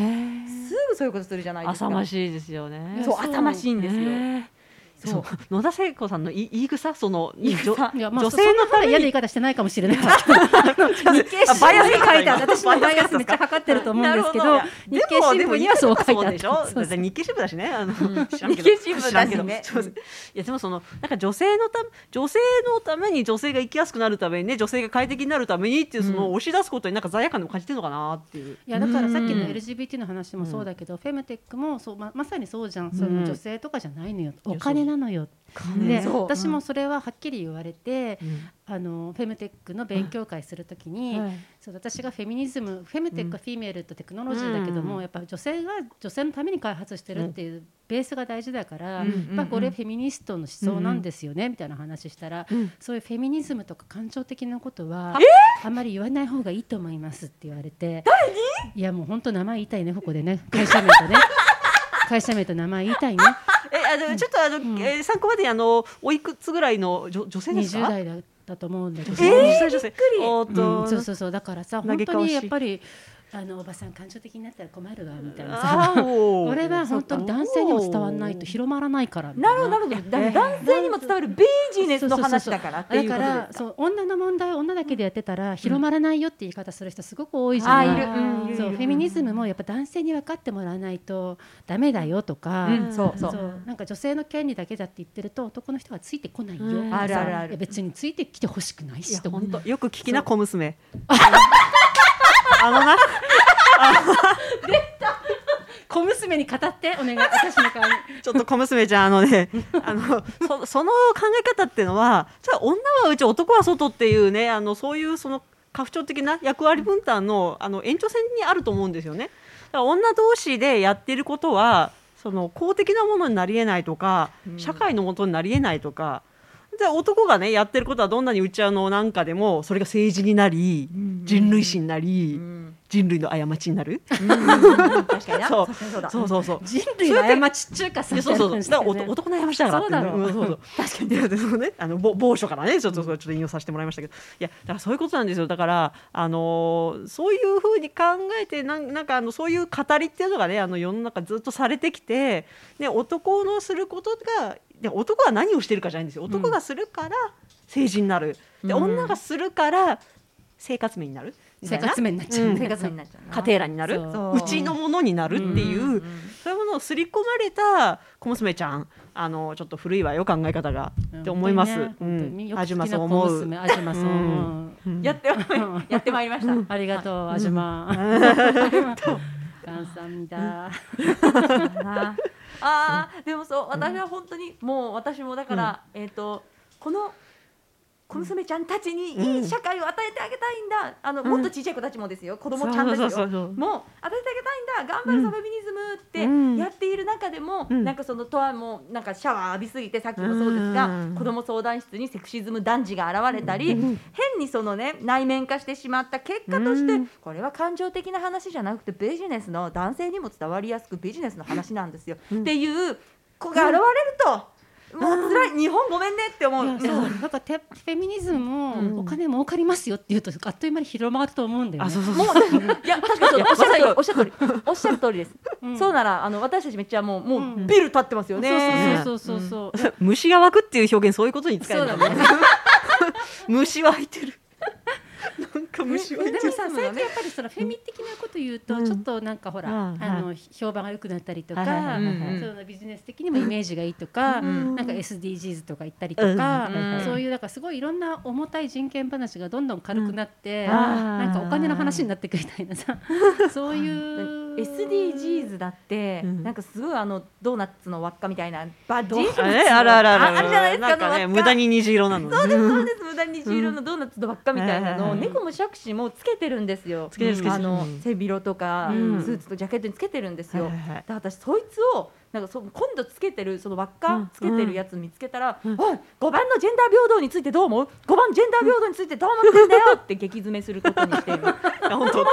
C: すぐそういうことするじゃないですか
B: 浅ましいですよね
C: そう浅ましいんですよ、
B: ねえ
C: そう
B: そう野田聖子さんの言い言い草その言い
C: 草
A: いやまあ
B: 女
A: 女
B: 性
A: 性の
B: のた
A: た
B: めに
A: め嫌な言い方してないかもしれないけど
B: あバイアスが書いてある
A: 私のバイアスめっちゃかかってると思うんですけど
B: なる
A: 日経新聞にはそう書いてあ
B: そう
A: る
B: でしょ。
A: そう
B: だっ
A: そ
B: て
A: う
B: 日経新聞だしね。あの知らん
C: 日
B: けど
C: 経新聞だしね
B: 知らんけどすいませんいやでもそのなんか女性のた女性のために女性が生きやすくなるためにね女性が快適になるためにっていうその押し出すことになんか罪悪感でも感じてるのかなっていう。
A: いやだからさっきの
C: うん
A: LGBT の話もそうだけど、フェムテックもそうままさにそうじゃん、そ
B: うん
A: の女性とかじゃないのよ
B: そう
A: お金なのよ
C: ね
A: で
C: そう
A: 私もそれははっきり言われて、あのフェムテックの勉強会するときに、そう私がフェミニズムフェムテックはフィメールとテクノロジーだけども、
B: うん
A: やっぱ女性が女性のために開発してるっていうベースが大事だから、
C: うんうん
A: やっぱこれフェミニストの思想なんですよね、みたいな話したら、そういうフェミニズムとか感情的なことは、あんまり言わない方がいいと思いますって言われて誰にいやもう本当名前言いたいねここでね会社名と ね会社名と名前言いたいね
B: えあのちょっとあの、えー参考までにあのおいくつぐらいの女女性です
A: 20
B: か。
A: 代だだと思うんだけど、
B: え女性おっと、
A: うんそうそうそうだからさ
B: 投
A: 本
B: げ
A: 当
B: 倒し
A: にやっぱりあのおばさん感情的になったら困るわみたいなさ
B: あーおー
A: これは本当に男性にも伝わらないと広まらないからみたい
C: なるほどなるほどだから男性にも伝わるビジネスの話だからってい
A: だ
C: うこ
A: か
C: と
A: ら
C: ですか
A: そう女の問題を女だけでやってたら広まらないよって言い方する人すごく多いじゃ
C: あ
A: ない、
C: いるうんいる
A: そうフェミニズムもやっぱ男性に分かってもらわないとダメだよとか、
C: うんそうそう
A: そうなんか女性の権利だけだって言ってると男の人はついてこないよ、
B: うん
A: とかさ
C: あるあるある
A: いや別についてきてほしくない
B: い
A: し
B: や
A: と思っ
B: 本
A: て
B: 当よく聞きな 小娘。あのな
A: 小娘に語ってお願い私の顔に
B: ちょっと小娘ちゃんあのね あのそその考え方っていうのはじゃあ女はうち男は外っていうねあのそういうその家父長的な役割分担のあの延長線にあると思うんですよね。だから女同士でやってることはその公的なものになりえないとか社会のもとになりえないとか。じゃあ男がねやってることはどんなにうちあのなんかでもそれが政治になり人類史になり
C: うん
B: 人類の過ちになる
C: 確かにな
B: そう
C: 確かにそうだ
B: そうそうそう
A: 人類の過ちっちゅうか
B: い
A: さ
B: やそうそうそう。だからおと
A: み
B: 男のやましだからっていね
A: そうだろうん
B: そうそう。確かに。いやでもね、 あの某某所からね、ちょっとそうちょっと引用させてもらいましたけど、いやだからそういうことなんですよ。だからあのーそういう風に考えてなんなんかあのそういう語りっていうのがね、あの世の中ずっとされてきて、ね男のすることが、で男は何をしてるかじゃないんですよ。男がするから成人になる。で
C: うん
B: 女がするから生活面になる。みた
A: 生
B: いな
A: 活面になっちゃう、
B: うん
C: 生活になっちゃうな
B: 家庭欄になる
A: そう
B: うちのものになるっていう、
C: うんうんうん
B: そういうものを刷り込まれた小娘ちゃんあのちょっと古いわよ考え方が、って思います。
A: 本当
B: う
A: にね本当に
B: ん、
A: よく好
B: 味
A: き
B: ま
A: な
B: そう
A: 小
B: 思う
A: 娘アジマそう思う
B: うん
C: やってまいやってまいりました
A: ありがと う、あじま。ガンさんだ。
C: ああでもそう私は本当にもう私もだから、えっ、とこの小娘ちゃんたちにいい社会を与えてあげたいんだ、あのもっと小さい子たちもですよ子供ちゃんたち
B: そうそうそ
C: よ
B: うそう
C: もう与えてあげたいんだ頑張るサフェミ
B: う
C: ニズムっ
B: ん
C: てやっている中でも、
B: うん
C: なんかそのとはもうなんかシャワー浴びすぎてさっきもそうですが、
B: うん
C: 子供相談室にセクシズム男児が現れたり、変にそのね内面化してしまった結果として、
B: うん
C: これは感情的な話じゃなくてビジネスの男性にも伝わりやすくビジネスの話なんですよ、っていう子が現れると、もう辛い、日本ごめんねって思う。
A: そう、なんかテ、フェミニズムも、お金儲かりますよって言うと、あっという間に広まると思うんだよ
B: あ
A: ね
B: そう。そうそう
C: もういや確かにそうおっしゃる通りおっしゃる通りおっしゃる通りです、
A: ん
C: そうならあの私たちめっちゃもうもう
A: うん
C: ビル立ってますよね、
A: そうそうそうそうそう。
B: 虫が湧くっていう表現そういうことに使えるんだね。虫湧い てる。なんか虫湧い
A: で
B: て
A: も
B: る。
A: さ、最近やっぱりそのフェミ的なこと言うと、ちょっとなんかほら、
B: うん
A: あの評判が良くなったりとか、
B: はいはい
C: はいはい
A: そのビジネス的にもイメージがいいとか、なんか SDGs とか言ったりとか、
C: うん
A: そういうなんかすごいいろんな重たい人権話がどんどん軽くなって、
B: うんあー
A: なんかお金の話になってくみたいなさ、そういう。
C: SDGs だって、
B: うん
C: なんかすごいあのドーナツの輪っかみたいなバッジ
B: えあらあらあら
C: ああるじゃないですか
B: んかね
C: あの輪っか
B: 無駄に虹色なのね。
C: そうですそうです無駄に虹色のドーナツの輪っかみたいなのを、
B: うん
C: 猫もシャクシもつけてるんですよ
B: つけてるつけてる
C: あの
B: うん
C: 背広とか、
B: うん
C: スーツとジャケットにつけてるんですよ、
B: はいはいはい
C: で私そいつをなんかそ今度つけてるその輪っ
B: うん
C: かつけてるやつ見つけたら「
B: うん
C: おい5番のジェンダー平等についてどう思う ?5 番ジェンダー平等についてどう思ってんだよ!」って激詰めすることにして いる
B: いや本当。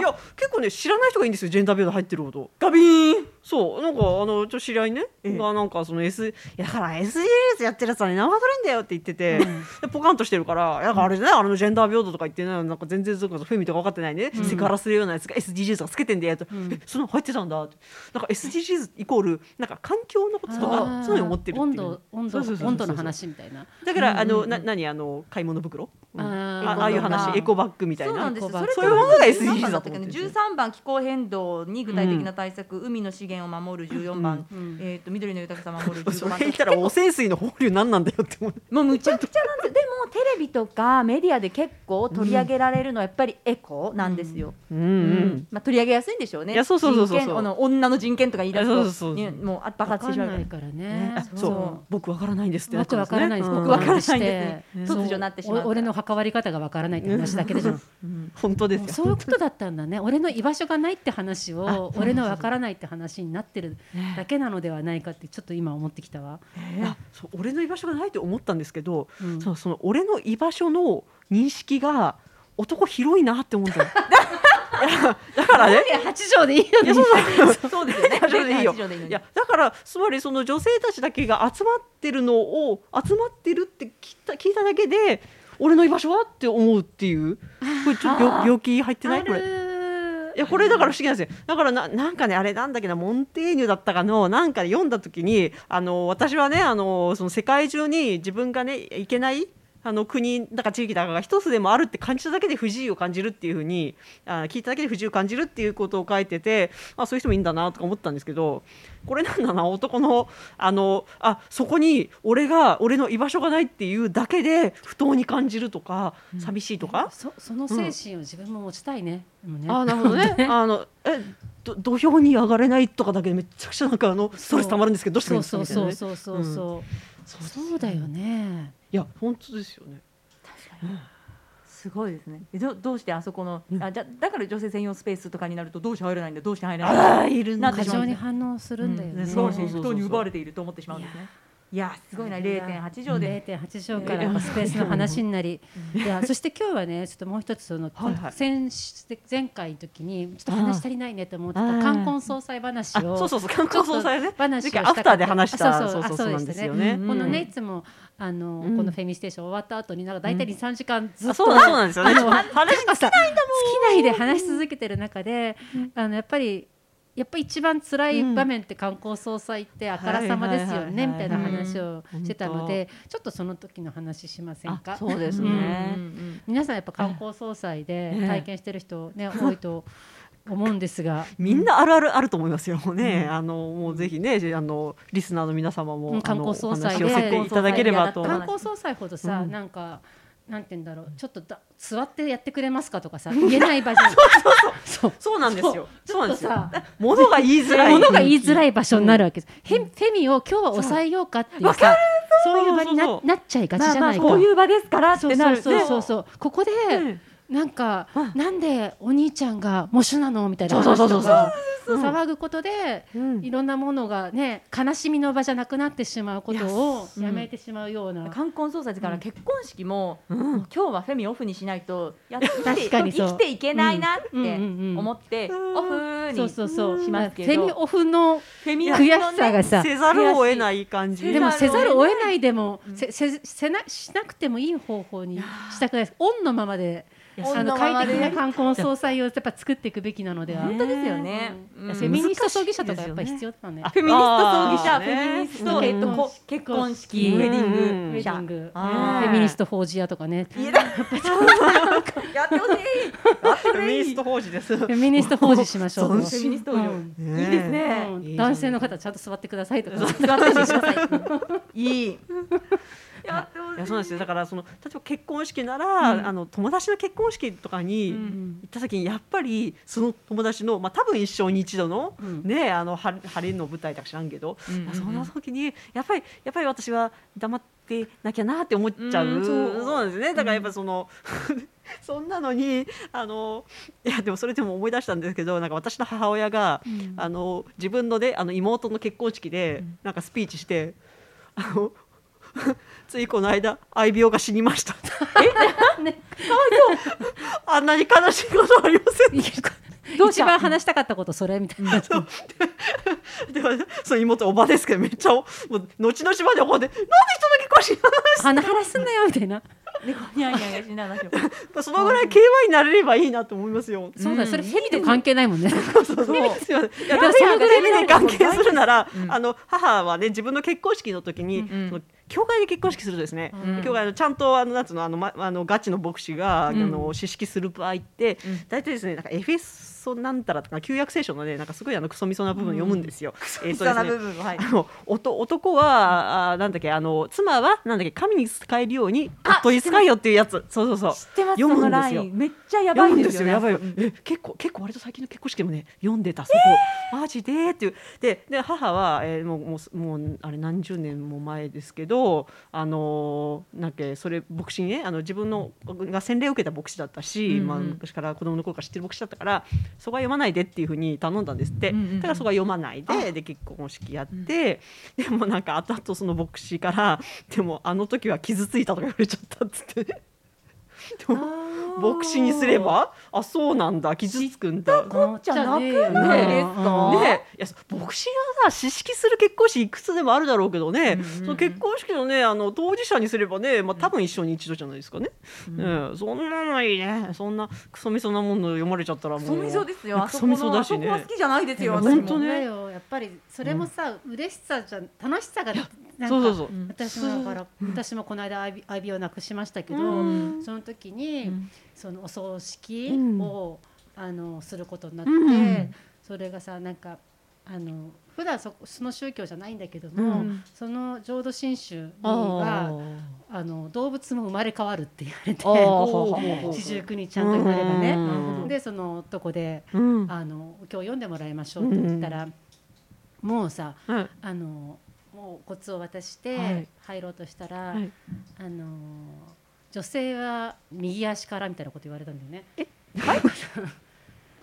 B: いや結構ね知らない人がいいんですよジェンダー平等入ってること
C: ガビーン
B: そうなんかあのちょっと知り合いね、
C: ええ
B: がなんかその S いやだから SDGs やってるやつはね生悪いんだよって言ってて、でポカンとしてるからなんかあれねあのジェンダー平等とか言ってないなんか全然そうかフェミとか分かってないね、セクハラするようなやつが SDGs とかつけてんだよと、えそんなの入ってたんだってなんか SDGs イコールなんか環境のことと
A: あ
B: か
A: ー
B: そういうのを思ってるっていう
A: 温度温度
B: そうそうそうそう
A: 温度の話みたいな。
B: だからあのな何あの買い物袋、うん
A: あー
B: あああいう話エコバッグみたい
C: そう
B: な
C: なんですよ
A: エコバッ
C: それ
A: グ
C: と
B: そういうもの
C: 13番
B: が SDGs だ
C: った
B: と
C: っけ
B: 思って
C: ね
B: る
C: 13番気候変動に具体的な対策、海の資源を守る14番、
A: うん
C: えー、と緑の豊かさ守る15
B: それ
C: 番
B: 言ったら汚染水の放流何なんだよって思う
C: もうむちゃくちゃなんですよでもテレビとかメディアで結構取り上げられるのはやっぱりエコなんですよ、
B: うん
C: うんまあ、取り上げやすいんでしょうね
B: いやそうそうそうそう
C: 人権あの女の人権とか言い出すと
B: いやそうそうそう
C: ねもうあ爆
A: わ
C: 発し
A: か
C: て
A: んな
C: しまうから
A: いからね。
B: あ
C: そう
B: そう僕わからないんですってなっち
A: 僕
B: ゃうん
A: わからないです。
B: ね
A: 僕
B: う
A: わ
B: ん
A: からない
C: わからないんですね
A: そう
C: 突如なってしまうから
A: お俺の墓割り方がわからないって話 だけでしょ。
B: 本当ですよ
A: そういうことだったんだね。俺の居場所がないって話を、俺のわからないって話になってるだけなのではないかってちょっと今思ってきたわ。
B: あそう俺の居場所がないと思ったんですけど、
A: うん
B: そうその俺の居場所の認識が男広いなって思っ たのだからね
A: 八畳でいいの
B: いやそう そ う
C: そうですよね
B: 大丈夫でいいよ
C: 全体以上でいいのに
B: いやだからつまりその女性たちだけが集まってるのを集まってるって聞いた聞いただけで俺の居場所はって思うっていうこれちょっと病病気入ってないこれいやこれだから不思議なんですよだからななんかねあれなんだっけどモンテーニュだったかのなんかで読んだ時にあの私はねあのその世界中に自分がねいけないあの国だか地域だかが一つでもあるって感じただけで不自由を感じるっていうふうにあ聞いただけで不自由を感じるっていうことを書いててあそういう人もいいんだなとか思ったんですけどこれなんだな男のあのあそこに俺が俺の居場所がないっていうだけで不当に感じるとか寂しいとか、
A: そその精神を自分も持ちたいね。でも ね
B: あーなるほどね。あのえど土俵に上がれないとかだけでめちゃくちゃなんかあのストレス溜まるんですけどどうした
A: そ
B: らいいん
A: う
B: ですか
A: そうそうそうそ
B: みたいなね。
A: うそう。そうだよね。
B: いや本当ですよね。
C: 確かにすごいですねえどどうしてあそこの、あじゃだから女性専用スペースとかになるとどうして入れないんだどうして入れないんだ
B: ああいるんだ
C: な
A: 過
C: ってしま
A: 剰
C: うん
A: に
C: ですね
A: 反応するんだよ
C: う
A: ね。
C: ん
B: そうそうそう
C: 人に奪われていると思ってしまうんですねいやすごいな0.8畳で、
A: 0.8畳からやっぱスペースの話になり、いやそして今日はねちょっともう一つその、
B: はいはい
A: 先前回の時にちょっと話足りないねと思ってた
B: あー
A: 冠婚葬祭話
B: あ
A: を
B: そうそうそう観光総裁ね。
A: 話を
B: 時
A: した
B: 期
A: か
B: ア
A: った
B: フターで話した
A: あ
B: そうそうそう
A: あ
B: なん
A: で
B: ですす
A: ね
B: よね。
C: うん
A: このねいつもあの、
B: うん
A: このフェミステーション終わった後になんか大体
B: うん
A: 2、3時間ずっ
B: あ
A: と
B: そうなんそうなんですよね。
A: あの
B: 話
A: なんかさ尽きないで話し続けてる中で、あのやっぱりやっぱ一番辛い場面って観光総裁ってあからさまですよね
B: うん
A: みたいな話をしてたので、
B: は
A: ちょっとその時の話しません
B: あ
A: か
B: そうです
C: うん
B: ね。
A: 皆さんやっぱ観光総裁で
B: ええ
A: 体験してる人、ね、多いと思うんですが
B: みんなあるあるあると思いますよ。もうね、あのもうぜひね、あのリスナーの皆様も、
A: うん観光総裁
B: あ
A: で
B: のお話をさせていただければと。
C: 観
A: 観
C: 光
A: 光総裁ほどさ、
B: うん
A: なんかなんて言うんだろうちょっとだ座ってやってくれますかとかさ言えない場所 そう
B: そうなんですよ。
A: ちょっと
B: そうなん
A: さ
B: ですよ。物が言いづらい。
A: 物が言いづらい場所になるわけです、へんフェミを今日は抑えようかっていうさそういう場にな
B: そうそうそう
A: なっちゃいがちじ
C: まあ
A: ゃ
C: ま
A: な
C: あ
A: いか、
C: こういう場ですからっ
A: そう
C: てなる
A: そうそう
C: ね
A: そうそうここで、
B: うん
A: なんか、
B: うん
A: なんでお兄ちゃんが喪主なのみたいな
B: そうそうそう
A: 話と
B: そう
A: か
B: そうそう
A: 騒ぐことで、
B: うん
A: いろんなものがね悲しみの場じゃなくなってしまうことをやめてしまうような、
C: 冠婚葬祭から結婚式も、
B: うん
C: もう今日はフェミオフにしないとやって
A: 確かにそう
C: 生きていけないなって
A: うんうんうんうん
C: 思って、
B: うん
C: オフに
A: そうそうそう
C: し
A: フ
C: ますけど
A: ェミオフの
C: フェミ
A: 悔しさが
C: さ
A: さ
B: せざるを得ない感じ。
A: でもせざるを得ないでも、
C: ん
A: せせせなしなくてもいい方法にしたくないです。オンのままで、
C: オ
A: あ
C: ンの
A: の
C: まま
A: 快
C: で
A: 適な冠婚葬祭をやっぱ作っていくべきなのでは。
C: 本当ですよね、
A: うん
C: うん
A: フェミニスト葬儀社とかやっぱり必要だね
B: あ。
C: フェミニスト葬儀
B: あ
C: 社、
B: ー
C: フェミニスト、
A: ね
C: えっとこ結婚式、
B: うん
C: ウェディング、
B: う
A: ウェ
B: ん
A: ディング、フ
C: あー
A: ェミニスト法事屋とかね。 フ
C: やってほしい、
B: フェミニスト法事です。
A: ェミニスト法事しましょうと。
B: そう
C: フェミニスト、
A: うん
C: いいですね、
A: うん
B: いいじゃん
A: 男性の方ちゃんと座ってくださいとか。
C: 座ってくださいいい、やって
B: いや
C: ほし
B: そうなんですよだからその例えば結婚式なら、あの友達の結婚式とかに
C: う
B: 行
C: ん
B: った時にやっぱりその友達の、まあ、多分一生に一度の,、
A: うん
B: ね、あの晴れ晴れの舞台だか知らんけど、
C: うんうんうん
B: そんな時にやっぱりやっぱり私は黙ってなきゃなって思っちゃう、
C: うんそう
B: そうなんですねだからやっぱその、 そんなのにあのいやでもそれでも思い出したんですけどなんか私の母親が、あの自分のであの妹の結婚式で、なんかスピーチしてあの ついこの間愛病が死にま した あんなに悲しいことはありません
A: いや
C: どうし
A: 一
C: た
A: 番話したかったことそれみたいな。
B: でもその妹おばですけどめっちゃおもう後々まで怒って「なんで人の結婚式な
A: あの
B: の?
A: 話すんなよみたいな。
C: 猫にゃんにゃんが死ななきゃ」
B: まあそのぐらい KY になれればいいなと思いますよ。
A: そうだ、それヘビと関係ないもんね。でもそのぐらい
B: すいませんいやでもそのぐらい
A: になる
B: 関係するなら、
C: うん
B: あの母はね自分の結婚式の時に、
C: うん
B: その教会で結婚式するとですね、
A: うん
B: 教会のちゃんとあのなんつうのあの、ま、あのガチの牧師が、
C: うん
B: あの指式する場合って、
C: うん
B: 大体ですねなんかエフェソなんたらとか旧約聖書のねなんかすごいあのクソみそな部分読むんですよ。えーとですね
C: な部分はい
B: あのおと男はあーなんだっけあの妻はなんだっけ神に使えるように夫に使えよっていうやつそうそうそう
C: 知ってます
B: 読む
C: そ
B: ん
C: の
B: で
C: ラ
B: すよ
C: インめっちゃやば
B: 読
C: い
B: むん
C: で
B: ですす
C: よ
B: よ
C: ね
B: やばいよえ結構結構割と最近の結婚式でもね読んでたそこ、マジでっていうでで母は、えーもうもうすもうあれ何十年も前ですけどあのーなんかそれ牧師にねあの自分のが洗礼を受けた牧師だった
C: う
B: し、
C: んうん
B: まあ、昔から子供の頃から知ってる牧師だったからそこは読まないでっていうふうに頼んだんですって、
C: うんうんうん
B: だからそこは読まないでで結婚式やって、でもなんか後々その牧 師からでもあの時は傷ついたとか言われちゃったっつって。でも 牧師にすればあそうなんだ傷つくんだ。
A: こ
C: じゃなくない
B: です
C: か
B: ねえいやそ牧師がさ私式する結婚式いくつでもあるだろうけどね、
C: うんうん
B: その結婚式のねあの当事者にすればね、まあ、多分一生に一度じゃないですかね、ねえそんなのいいねそんなクソみそなもの読まれちゃったらもう
C: ソミソですよ。あ
B: ク
C: そ
B: ソ
C: こ
B: みそ
C: の
B: だ
C: あ
B: し
C: そこ
B: ね
C: は好きじゃないですよ。私
B: 本
C: も
B: 当ね
A: ねやっぱりそれもさ、嬉しさじゃ楽しさがなんか
B: そうそうそう、
C: うん
A: 私もだから私もこの間愛び愛病をなくしましたけど、
B: うん
A: その時に、
C: うん
A: そのお葬式を、あのすることになって、
B: うん
A: それがさなんかあの普段そその宗教じゃないんだけど
B: う
A: も、
B: ん
A: その浄土真宗に
B: あ
A: はあの動物も生まれ変わるって言われて
B: あほうほうほう
A: 四十九日ちゃんと言わればね。
B: うん
A: でそのとこで
B: うん
A: あの今日読んでもらいましょうって言ったら、もうさ
B: はい
A: あのもうコツを渡して
B: はい
A: 入ろうとしたら、
B: はい
A: あの女性は右足からみたいなこと言われたんだよね。え、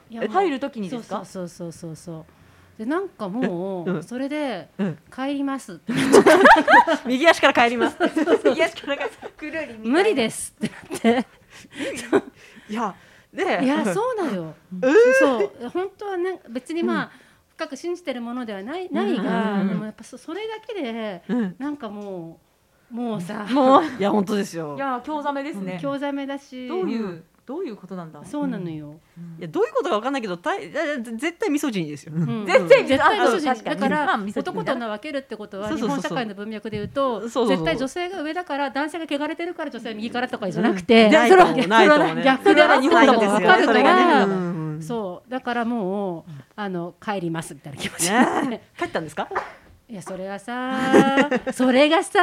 A: いや
C: え入る時にですか。
A: そうそうそうそうそう。でなんかも
B: えう
A: うんそれで
B: うん
A: 帰りますって。
B: 右足から帰 ります
C: 癒しからがくるりみたいな
A: 無理ですってなっ
B: いやで
A: て。い やそうだよ。
B: うん
A: そう本当はね別にまあ、深く信じてるものではないないが、
B: うん
A: でもやっぱそそれだけで
B: うん
A: なんかもうもうさ、
B: もういや本当ですよ
C: いや興ざめですね。
A: 興ざめだし。
C: どういうどういうことなんだ。
A: そうなのよ。
B: いやどういうことかわかんないけどたいいや絶対味噌汁ですよ、
A: うん
C: 絶対
A: 絶対
C: あ
A: 女
C: 確
A: 子
C: か
A: だ
C: に
A: から、
C: まあ味噌汁
A: 男と女分けるってことは
B: そう
A: 日
B: そうそうそ
A: 本
B: う
A: 社会の文脈で言うと
B: そうそうそう
A: 絶対女性が上だから男性が汚れてるから女性は右からとかじゃなくて、
B: うんない
A: それ
B: と思う
A: は
B: ないと思うね
A: 逆であるってことが分かる
B: そ
A: か
B: れが
A: ら、
B: ねうんうん
A: そうだからもうあの帰りますみたいな気持ち、
B: ねえ帰ったんですか
A: いやそれはさそれがさ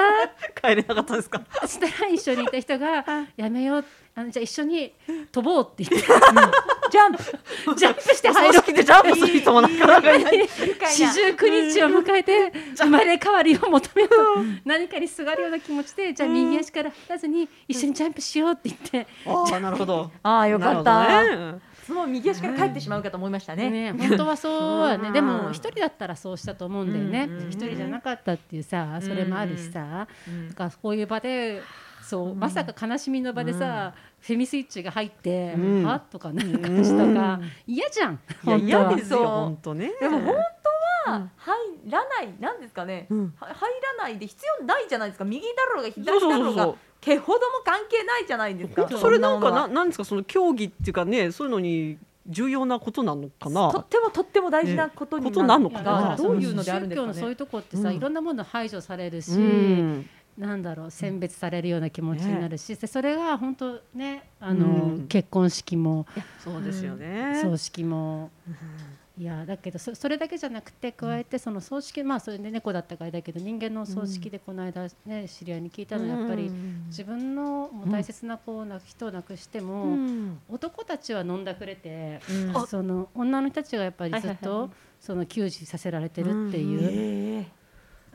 B: 帰れなかったんですか
A: そしたら一緒にいた人が「やめようあのじゃあ一緒に飛ぼう」って言って
C: ジャンプ。
A: ジャンプして入
B: 葬
A: ろう
B: 式でジャンプする人もなかなかいない
A: 四十九日を迎えて生まれ変わりを求めよう何かにすがるような気持ちでじゃあ右足から離さずに一緒にジャンプしようって言って
B: ああなるほど
C: ああよかった。
B: なるほどね
C: その右足から帰ってしまうかと思いました
A: ね
C: ね。
A: 本当はそうは
B: う
A: ね
B: ん
A: でも一人だったらそうしたと思うんだよね
C: うん
A: 一人じゃなかったっていうさそれもあるしさ
C: うん
A: だからこういう場でそうまさか悲しみの場でさフェミスイッチが入って
B: うん
A: あとかなんかしとか嫌じゃん
B: いや
A: 本当は
B: 嫌ですよ
C: そう
B: 本当ね
C: でも本当は入らない、なんですかね、
B: うん
C: は入らないで必要ないじゃないですか右だろうが左だろ
B: そうそううそうそ
C: が
B: う
C: 毛ほども関係ないじゃないですか
B: 本当それなんか
C: そ
B: なんなんですかその競技っていうかねそういうのに重要なことなのか
C: ものはと
B: な
C: ってもとっても大事なことに
B: ことなの
A: いや
B: か
A: だから
B: な
C: がどういう
A: そ
C: のであるんですか
A: 宗教のそうい
C: ね
A: うとこってさ、
B: うん
A: いろんなもの排除されるし、
B: うん
A: なんだろう選別されるような気持ちになるし、でそれが本当ねあの、
B: うん
A: 結婚式も
B: そうですよね
A: 葬式も、いやだけどそそれだけじゃなくて加えてその葬式まあそれで猫だったからあれだけど人間の葬式でこの間ね知り合いに聞いたのはやっぱり自分のもう大切な子をな人を亡くしても、
B: 分
A: 男たちは飲んだくれて、
C: うん
A: その女の人たちがやっぱりずっ
B: はいはい
A: とその給仕させられてるっていう。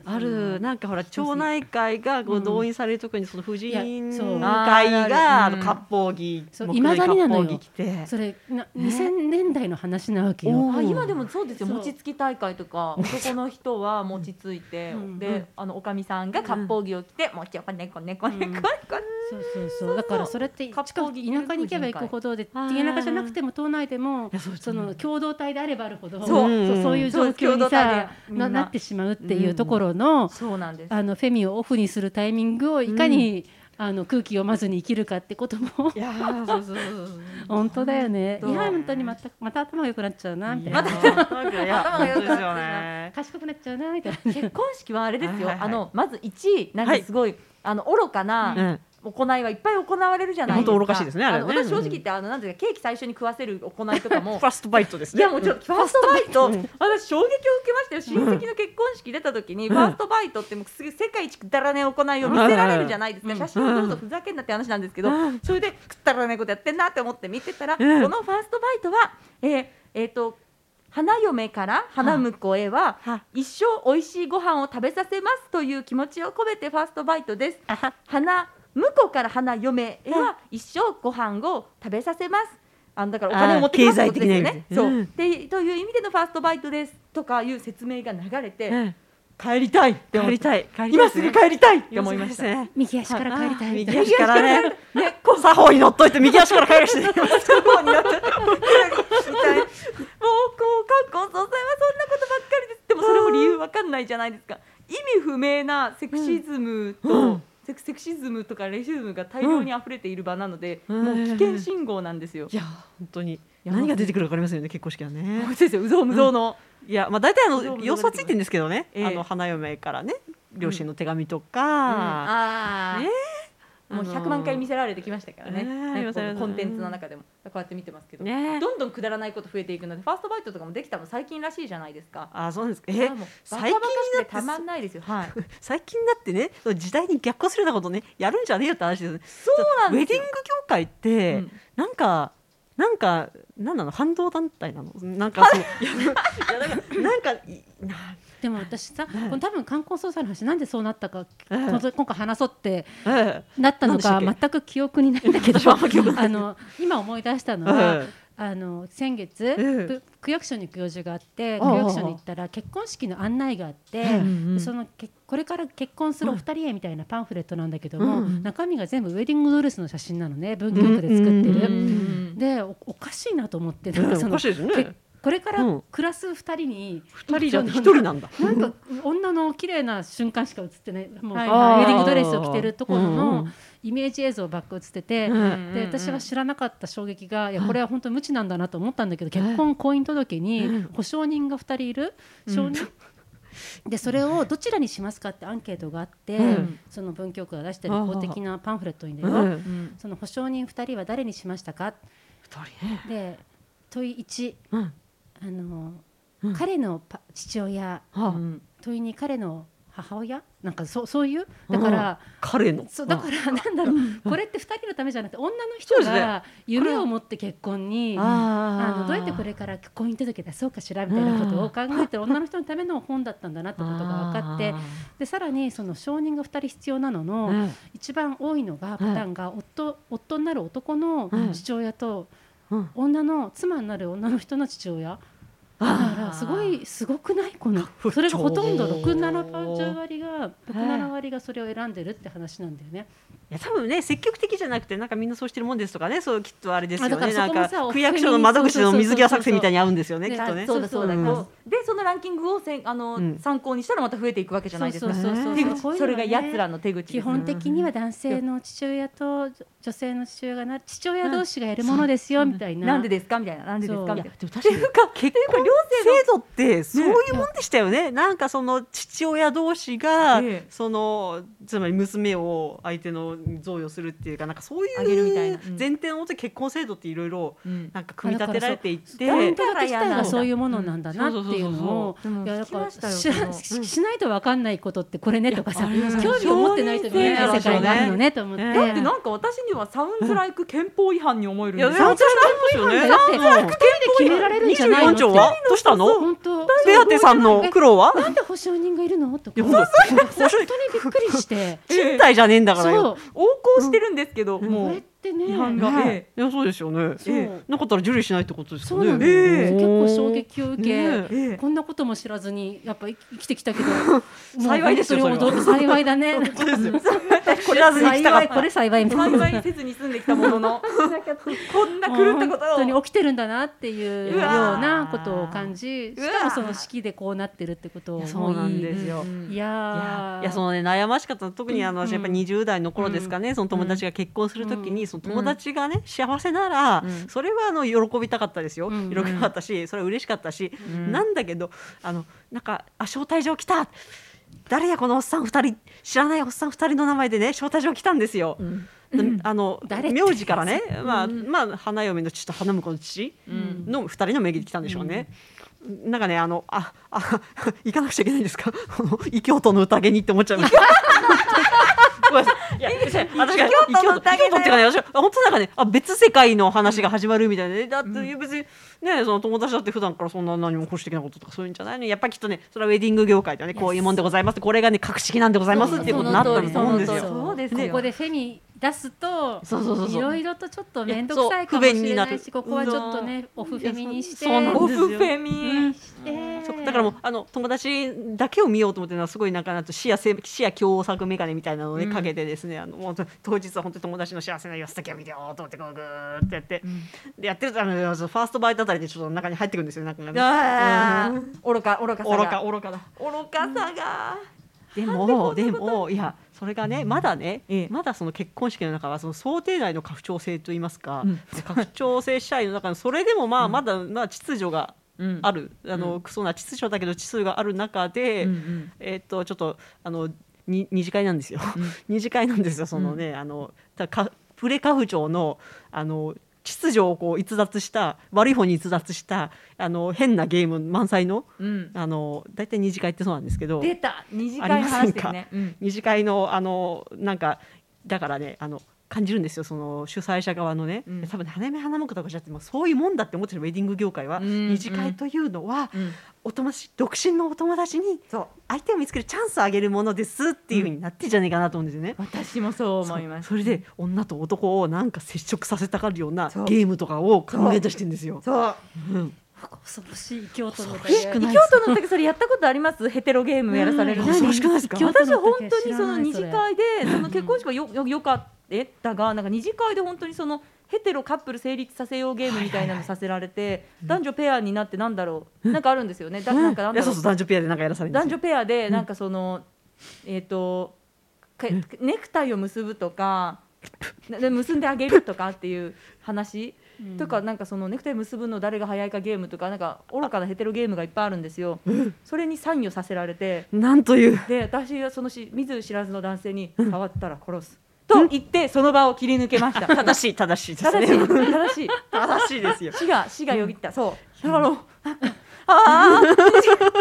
B: あるなんかほら町内会がこ
A: う
B: うん動員されるときにその婦人
A: いやそう
B: 会
C: あー
B: があの割烹着
A: そう
B: 木造り
A: 未だになのよ
B: 割烹着着て
A: それな2000年代の話なわけよ。
B: お
C: あ今でもそうですよ
A: そう
C: 餅つき大会とか男の人は餅ついて、
A: うんう
C: であのおかみさんが割烹着を着て、餅をこねこねこねこねこね
A: そうそうそうだからそれってしかも
C: 割
A: 田舎
C: 烹着
A: に行けば行くほどで田舎じゃなくても島内でも
B: やそう
A: その共同体であればあるほど
C: そう
B: うん
A: そうそういう状況
C: そう共同
A: に
C: 体
A: さ
C: でみんな
A: ななってしまうっていうところの,、
C: そうなんです
A: あのフェミをオフにするタイミングをいかに、あの空気読まずに生きるかってことも
B: いやーそうそうそうそう
A: 本当だよね。い
C: 本当
A: や本当にまたまた頭が良くなっちゃうなみたいな、
C: 頭が良くなってきた
B: いや本当ですよね
A: 賢くなっちゃうなみ たいな。
C: 結婚式はあれですよ、
B: はいはいは
C: あ
B: い
C: のまず1なんかすごい、あの愚かな、
B: うん
C: 行いはいっぱい行われるじゃないですか。
B: 本当愚かしいですねあれね
C: の私正直言ってあのなんていうかケーキ最初に食わせる行いとかも
B: フ。ァーストバイトです
C: い
B: ね
C: やもうちょっとファーストバイト、
B: うん
C: 私衝撃を受けましたよ親戚の結婚式出た時に、ファーストバイトってもうすぐ世界一くだらねえ行いを見せられるじゃないですか、写真をどうぞふざけんなって話なんですけど、
B: うん
C: それでくだらねえことやってんなって思って見てたら、
B: うん
C: このファーストバイトはえーえーと花嫁から花婿へは
B: は
C: 一生おいしいご飯を食べさせますという気持ちを込めてファーストバイトです
B: あは
C: 花向こうから花嫁へは一生ご飯を食べさせます。あのだからお金を持ってきます
B: あー
C: ってことですよね。
B: 経済的な意味で
C: そう、
B: うん
C: でという意味でのファーストバイトですとかいう説明が流れて、
B: うん
C: 帰りたいって思
B: 帰
C: っ
B: り
C: て
B: たい帰りたい
C: 今すぐ帰りたいって思いました。
B: ね
A: 右足から帰りたいみたい
B: 右
A: な
B: 足からね
C: ね、こう
B: 作法に乗っといて右足から帰るしね
C: 作法になっちゃって帰りたいもうこう観光総裁はそんなことばっかりです。でもそれも理由わかんないじゃないですか。意味不明なセクシズムと、
B: うん
C: セクセクシズムとかレシズムが大量に溢れている場なので、
B: うん
C: もう危険信号なんですよ
B: い。や本当に何が出てくるかわかりませんよね結婚式はね
C: 先生、うぞうむぞうの、
B: いやまあ大体あ
C: どう
B: の
C: も
B: 様子はついてるんですけどね、
C: ええ
B: あの花嫁からね両親の手紙と
C: あ
B: か、
C: あー
B: ね
C: もう
B: あの
C: 100万回見せられてきましたからね、
B: ね
C: なんかこ
B: 見せられ
C: う
B: た
C: コンテンツの中でもこうやって見てますけど、
B: ね
C: どんどんくだらないこと増えていくのでファーストバイトとかもできたの最近らしいじゃないですか。
B: あそうなんですかえ
C: あもうバカバカ
B: 最近
C: し
B: に
C: て
B: な
C: た
B: って
C: まんないですよ。はい。
B: 最近だってねその時代に逆行するようなことねやるんじゃねえよって話ですよね
C: そうなん
B: ウ
C: で
B: ェ
C: す
B: ディン
C: よ
B: グ。業界って、
C: うん
B: なんかなんかなんなの反動団体なのなんかそのいや なんかなんかいな
A: でも私さ、
B: い
A: この多分観光総裁の話なんでそうなったか、
B: ええ
A: この今回話そうって
B: え
A: なったの
B: な
A: か
B: んでしたっ
A: 全く記憶にないんだけど
B: 私もあんま記憶ない
A: あの今思い出したの
B: え
A: は、
B: え
A: あの先月、
B: え
A: ぷ区役所に行く用事があって区
B: ああ
A: 役所に行ったら結婚式の案内があって、
B: え
C: うんうん
A: そのけこれから結婚するお二人へみたいなパンフレットなんだけども、
B: うんうん
A: 中身が全部ウェディングドレスの写真なのね文京区で作ってる。
B: うんうん
A: でおおかしいなと思って、
B: ええ
A: その
B: おかしいです
A: け
B: ね
A: これか
B: う
A: ら
B: ん
A: 暮らす二人に
B: 二人じゃ
A: その
B: 一人なんだ
A: なんか女の綺麗な瞬間しか映ってないもう、
C: はい
A: ウ
C: はい
A: ェディングドレスを着てるところ
B: うんう
A: の
B: ん
A: イメージ映像ばっか映ってて、
B: うん
A: で私は知らなかった衝撃がいやこれは本当無知なんだなと思ったんだけど結婚婚姻届に保証人が2人いる証人、でそれをどちらにしますかってアンケートがあって、
B: うん
A: その文京区が出してる公的なパンフレットにだ
B: う
A: よ、
B: ん
C: うん
A: その保証人2人は誰にしましたか
B: 二人ね
A: で問い1
B: うん
A: あの、
B: うん
A: 彼のパ父親
B: はあ
C: うん
A: 問いに彼の母親なんかそうそういうだから、
B: 彼の
A: そうだからなんだろう、これって2人のためじゃなくて女の人
B: そうですね
A: が夢を持って結婚に、あ
B: あ
A: のどうやってこれから婚姻届出そうかしらみたいなことを考えてる女の人のための本だったんだなってことが分かってでさらにその証人が2人必要なのの、一番多いのがパターンが夫夫になる男の
B: うん
A: 父親と
B: うん
A: 女の妻になる女の人の父親。だ
B: あ
A: からすごいすごくないこの
B: 不調
A: それがほとんど67割が67割がそれを選んでるって話なんだよね。
B: いや多分ね積極的じゃなくてなんかみんなそうしてるもんですとかねそうきっとあれです
A: あ
B: よ
A: だから
B: ね
A: そ
B: な
A: こ
B: ん
A: も
B: か
A: さお
B: 区役所の窓口の水際作戦みたいに合うんですよねき
A: そう
B: っ
A: そう
B: と
A: そう
C: そうだそう
B: ね
C: だ、
B: うん
C: こうでそのランキングをせんあの、
B: うん
C: 参考にしたらまた増えていくわけじゃないですか。
B: そうそうそうそう
C: 手口
A: こういうのがね
C: それが奴らの手口です
A: 基本的には男性の父親と女性の父親がな父親同士がやるものですよみたいな。
C: なんでですかみたいななんでですか
A: そう
C: み
A: い
C: たい
A: や
C: な。
B: でも確かに結婚制度ってそういうもんでしたよねなんかその父親同士が、
C: ええ
B: そのつまり娘を相手の贈与するっていうかなんかそうい
C: あげるみたいな
B: う
C: うん
B: 前提のもと結婚制度っていろいろ
C: うん
B: なんか組み立てられていって
A: 婚姻
C: だから
A: 届自
C: 嫌
A: 体
C: なんだ
A: がそういうものなんだなっていうのを
C: そうそうそうそう
A: いやだから
C: でも聞きま
A: し
C: したよそ
A: ししないとわかんないことってこれねとかさ
B: いやあります
A: 興味を持ってないと見えない世界があるのねと思って。
B: そう
C: だってなんか私にはサウンズライク憲法違反に思えるん
B: い
C: です
B: や
C: よ。
B: 全然違いますよね
A: だって
B: なん
A: 一
B: か
A: 人で決められるんじゃないの
B: 24
A: って
B: 条はどうしたの
A: 本当
B: ベアテさんの苦労は
A: なんで保証人がいるのと
B: い
A: か
B: や
A: 本
B: ほんと
A: 当にびっくりして
B: 賃貸じゃねえんだから
A: そ
B: よ
A: う
C: 横行してるんですけど、
A: こ
C: も
A: れっ
C: う
A: てね
C: 違反が、
B: ね
C: え
B: いやそうですよね
A: そう
B: ええなかったら受理しないってことです
A: そ
B: よ
A: うな
B: ね
A: の
B: ええ
A: 結構衝撃を受
B: ね
A: け
C: えええ
A: こんなことも知らずにやっぱ生きてき たけど
B: 幸いですよ
A: もう本当に驚く幸いだ ね
B: 知らずに来たか
A: 幸
B: っ
A: い
B: た
A: これ幸いみたいな
C: 幸いせずに住んできたもののなんかこんな狂ったこ
A: 本当に
C: とを
A: 起きてるんだなっていうよ
C: う
A: う
C: わー
A: なことを感じしかもその式でこうなってるってことを思い
B: そうなんですよ、
A: い
B: い
A: や
B: や
A: ー
B: いやそのね悩ましかったの特にあの、
A: うん
B: 私やっぱ20代の頃ですかね、その友達が結婚するときに、その友達がね幸せなら、
C: うん
B: それはあの喜びたかったですよ、
A: うん
B: 喜びたかったしそれは嬉しかったし、
C: うん
B: なんだけどあのなんかあ招待状来た誰やこのおっさん2人知らないおっさん2人の名前でね招待状来たんですよ。あの
A: 誰って
B: 名字からね、まあまあ、花嫁の父と花婿の父
C: ん
B: の2人の名義で来たんでしょうね。なんかねあのあ あ行かなくちゃいけないんですか この異教徒の宴にって思っちゃいました。 ごめんなさいいや私が異
C: 異教徒の宴だよ
B: 異教徒っていうかね私は本当なんかねあ別世界の話が始まるみたいなねだって別にねその友達だって普段からそんな何も保守的なこととかそういうんじゃないのにやっぱりきっとねそれはウェディング業界ではねこういうもんでございますこれがね格式なんでございますっていうことになったんだと思うんですよ。
C: そうですよ
A: ここでフェミ出すと
C: そうそうそうそう
A: いろいろとちょっと面倒くさいかもしれないし
B: そう
A: こ
B: 不
A: こは
B: 便になる
A: ちょっとねオフフェミにして
B: そうなんです
C: オ
B: よ
C: フフェミ、
A: うんして
B: そうだからもうあの友達だけを見ようと思ってるのはすごいなんかなんと視野せ視野狭窄眼鏡みたいなのを、ね
A: うん
B: かけてですねあのもう当日は本当に友達の幸せな様子だけを見てようと思ってこうぐーってやって、でやってるとあのファーストバイトあたりでちょっと中に入ってくるんですよなんかね
C: あ
B: う
C: ー
B: ん
C: 愚か愚かさが
B: 愚か愚かだ
C: 愚かさが、
B: でもでもいやそれがねまだね、
C: ええ
B: まだその結婚式の中はその想定内の拡張性といいますか、
C: うん
B: 拡張性社員の中のそれでもまあまだ、まあ秩序が
C: うん
B: ある、あのそうな秩序だけど秩序がある中で、
C: うんうん
B: えーっとちょっとあのに二次会なんですよ、二次会なんですよそのね、あのたかプレ家父長のあの秩序をこう逸脱した悪い方に逸脱したあの変なゲーム満載の
C: うん、
B: あの大体二次会ってそうなんですけど
C: 出た二次
B: あ
C: 会
B: り
C: の
B: ませんか
C: 話ですね、うん
B: 二次会のあのなんかだからねあの感じるんですよその主催者側のね、
C: うん
B: 多分ね花芽花目とかじゃなくてもうそういうもんだって思ってるウェディング業界は、
C: うん
B: 二次会というのは、
C: うん
B: お友達独身のお友達に
C: そう
B: 相手を見つけるチャンスをあげるものですっていうふうになってんじゃないかなと思うんですよね。
C: 私もそう思います
B: そうそれで女と男をなんか接触させたがるような
C: そう
B: ゲームとかを考え出してんですよ。
C: そう
B: うん
A: 恐ろしい京都の
B: 恐ろしく
C: 京
B: ない
C: 都の時それやったことあります ヘテロゲームやらされるの
B: 恐ろしくないですか
A: 京都
C: 私は本
A: 時は
C: 当
A: 知
C: に
A: ら
C: その
A: ない
C: 二次会でその結婚式はよよよかったがなんか二次会で本当にそのヘテロカップル成立させようゲームみたいなのさせられて男女ペアになってなんだろうなんかあるんですよねだなんかなん
B: い
C: だ
B: や
C: ろ
B: そうそう
C: う
B: 男女ペアでなんかやらされるんです
C: 男
B: よ
C: 女ペアでなんかそのえっとかネクタイを結ぶとかなで結んであげるとかっていう話
A: うん
C: とかなんかそのネクタイ結ぶの誰が早いかゲームとかなんか愚かなヘテロゲームがいっぱいあるんですよそれに参与させられて
B: なんという
C: で私はそのし見ず知らずの男性に触ったら殺すと言ってその場を切り抜けました
B: 正しい正しいです
C: 正しい
B: ね。
C: 正しい
B: 正しいですよ。
C: 死が死がよぎった、そうだからああー私は一次会よ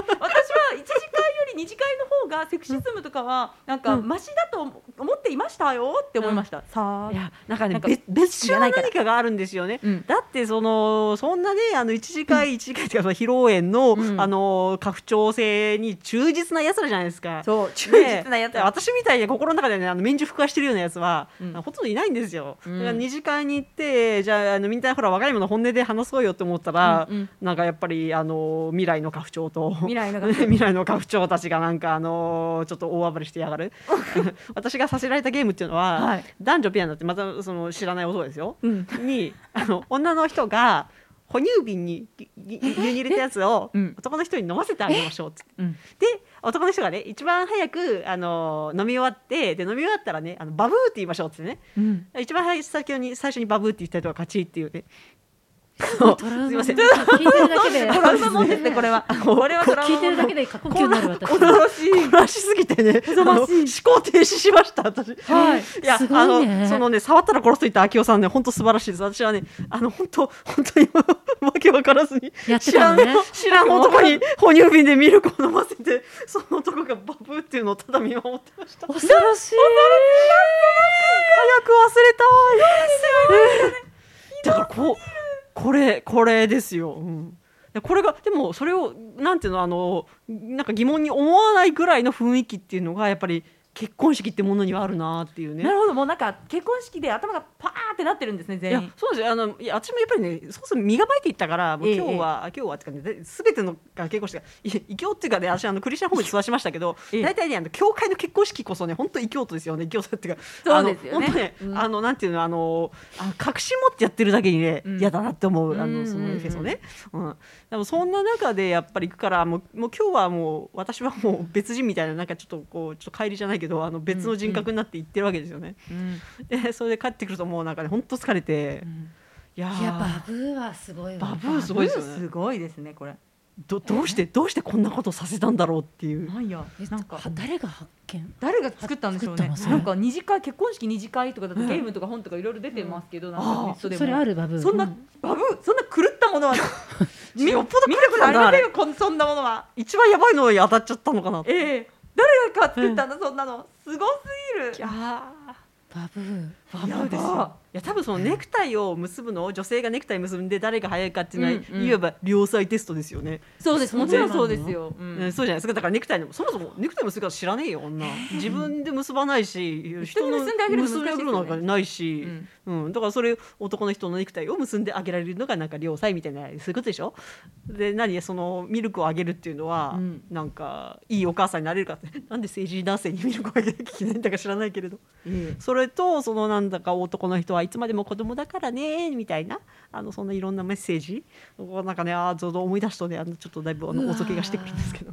C: り二次会の方がセクシズムとかはなんかマシだと思っていましたよって思いました、さあ
B: いやなんかね
C: なんか
B: 別別種
C: 知らない
B: の
C: から
B: 何かがあるんですよね。
C: うん
B: だってそのそんなねあの一次会一次会っていうかその披露宴の、
C: うん
B: あの家父長制に忠実な奴らじゃないですか。
C: そう忠
B: ね
C: 実なやつ、
B: で私みたいに心の中でねあの免除服化してるようなやつは、
C: うん
B: ほとんどいないんですよ、
C: うん
B: だから二次会に行ってじゃああのみんなほら若い者の本音で話そうよって思ったら、
C: うんうん
B: なんかやっぱりあの未来の家父長と
C: 未来の家父長
B: 未来の家父長たちがなんかあのちょっと大暴れしてや がる私がさせられたゲームっていうのは、
C: はい
B: 男女ペアになってまたその知らない男ですよ、
C: うん
B: にあの女の人が哺乳瓶にぎぎ牛乳入れたやつを
C: うん
B: 男の人に飲ませてあげましょうっつって
C: うん
B: で男の人がね一番早くあの飲み終わってで飲み終わったらねあのバブーって言いましょうっつってね
C: うん
B: 一番最初に最初にバブーって言った人が勝ちっていうね
A: トラウマ
B: すいません
A: 聞いてるだけで
C: トラウマもんですねこれはこれはトラウ
A: 聞
C: マ
A: いてるだけで過呼吸になる私
B: 恐ろしい恐ろしすぎてねあの思考停止しました私
C: はい
B: いや、
A: すご
B: あ
A: いね
B: のそのね触ったら殺すと言った秋夫さんね本当素晴らしいです私はねあの本当本当に わけわからずに
A: やって
B: 知ら
A: た
B: ん
A: のね
B: 知らん男に哺乳瓶でミルクを飲ませてその男がバブーっていうのをただ見守ってました恐ろしい恐ろしい早く忘れたいだからこうこれこれですよ、うん、でこれがでもそれをなんていうのあのなんか疑問に思わないぐらいの雰囲気っていうのがやっぱり結婚式ってものにはあるなっていうね
C: なるほどもうなんか結婚式で頭がパーってなってるんですね
B: い
C: 全
B: や
C: 員
B: そうですよあのいや私もやっぱりねそうすると身構えていったからもう
C: ええ
B: 今日は、今日はってかねですべてのあ結婚式がい異教っていうかね私あのクリスチャンホームに座しましたけど
C: ええ
B: 大体ねあの教会の結婚式こそね本当異教徒ですよね異教徒っていうか
C: そうですよね
B: あの本当ね、
C: うん
B: あのなんていうのあのあ確信持ってやってるだけにね
C: うん
B: 嫌、だなって思うあ
C: うんうんうん
B: のそのエフェソね、うん、でもそんな中でやっぱり行くからもうもう今日はもう私はもう別人みたいななんかちょっとこうちょっと帰りじゃないけどあの別の人格になって行ってるわけですよね。
C: うん
B: でそれで帰ってくるともうなんかね本当疲れて、いやー
A: いやバブーはすごいわ
B: バブーすごいですよ
C: す
B: ね
C: ごいですねこれ
B: どどうしてどうしてこんなことさせたんだろうっていう
C: なんやなんか
A: 誰が発見
C: 誰が作ったんでしょ
A: 作っ
C: う
A: た
C: ね
A: のそれ
C: なんか二次会結婚式二次会とかだとゲームとか本とかいろいろ出てますけど、なんか
B: あ
C: ネ
B: ー
C: ットでも
A: それあるバブー
C: そんなバブそんな狂ったものはみ
B: よっぽど
C: 見たこと
B: 狂
C: あり
B: ったんだ
C: ま
B: あ
C: せん
B: れ
C: よこんそんなものは
B: 一番やばいのに当たっちゃったのかなって
C: ええ誰が作ったんだそんなのすごすぎる
B: いやー
A: バブー
B: バブです
C: や
B: よ
C: ば
B: いや多分そのネクタイを結ぶのを女性がネクタイ結んで誰が早いかっていうのは、
C: うんうん
B: いわば両サイテストですよね、
C: そうですもちろんそうですよ、う
B: うん
C: ん、
B: そうじゃないですかだからネクタイのそもそもネクタイ結ぶから知らねえよ女自分で結ばないし
C: 人に結んであげるの難しいですよね
B: 結んであげるなんかないし、うんだからそれ男の人のネクタイを結んであげられるのがなんか両サイみたいなそういうことでしょで何そのミルクをあげるっていうのは、
C: うん
B: なんかいいお母さんになれるかって なんで成人男性にミルクをあげなきゃいけないんだか知らないけれど
C: ええ
B: それとそのなんだか男の人はいつまでも子供だからねみたいなあのそんないろんなメッセージをなんかねあーちょうど思い出すとねあのちょっとだいぶあ
C: う
B: の
C: わー
B: 遅気がしてくるんですけど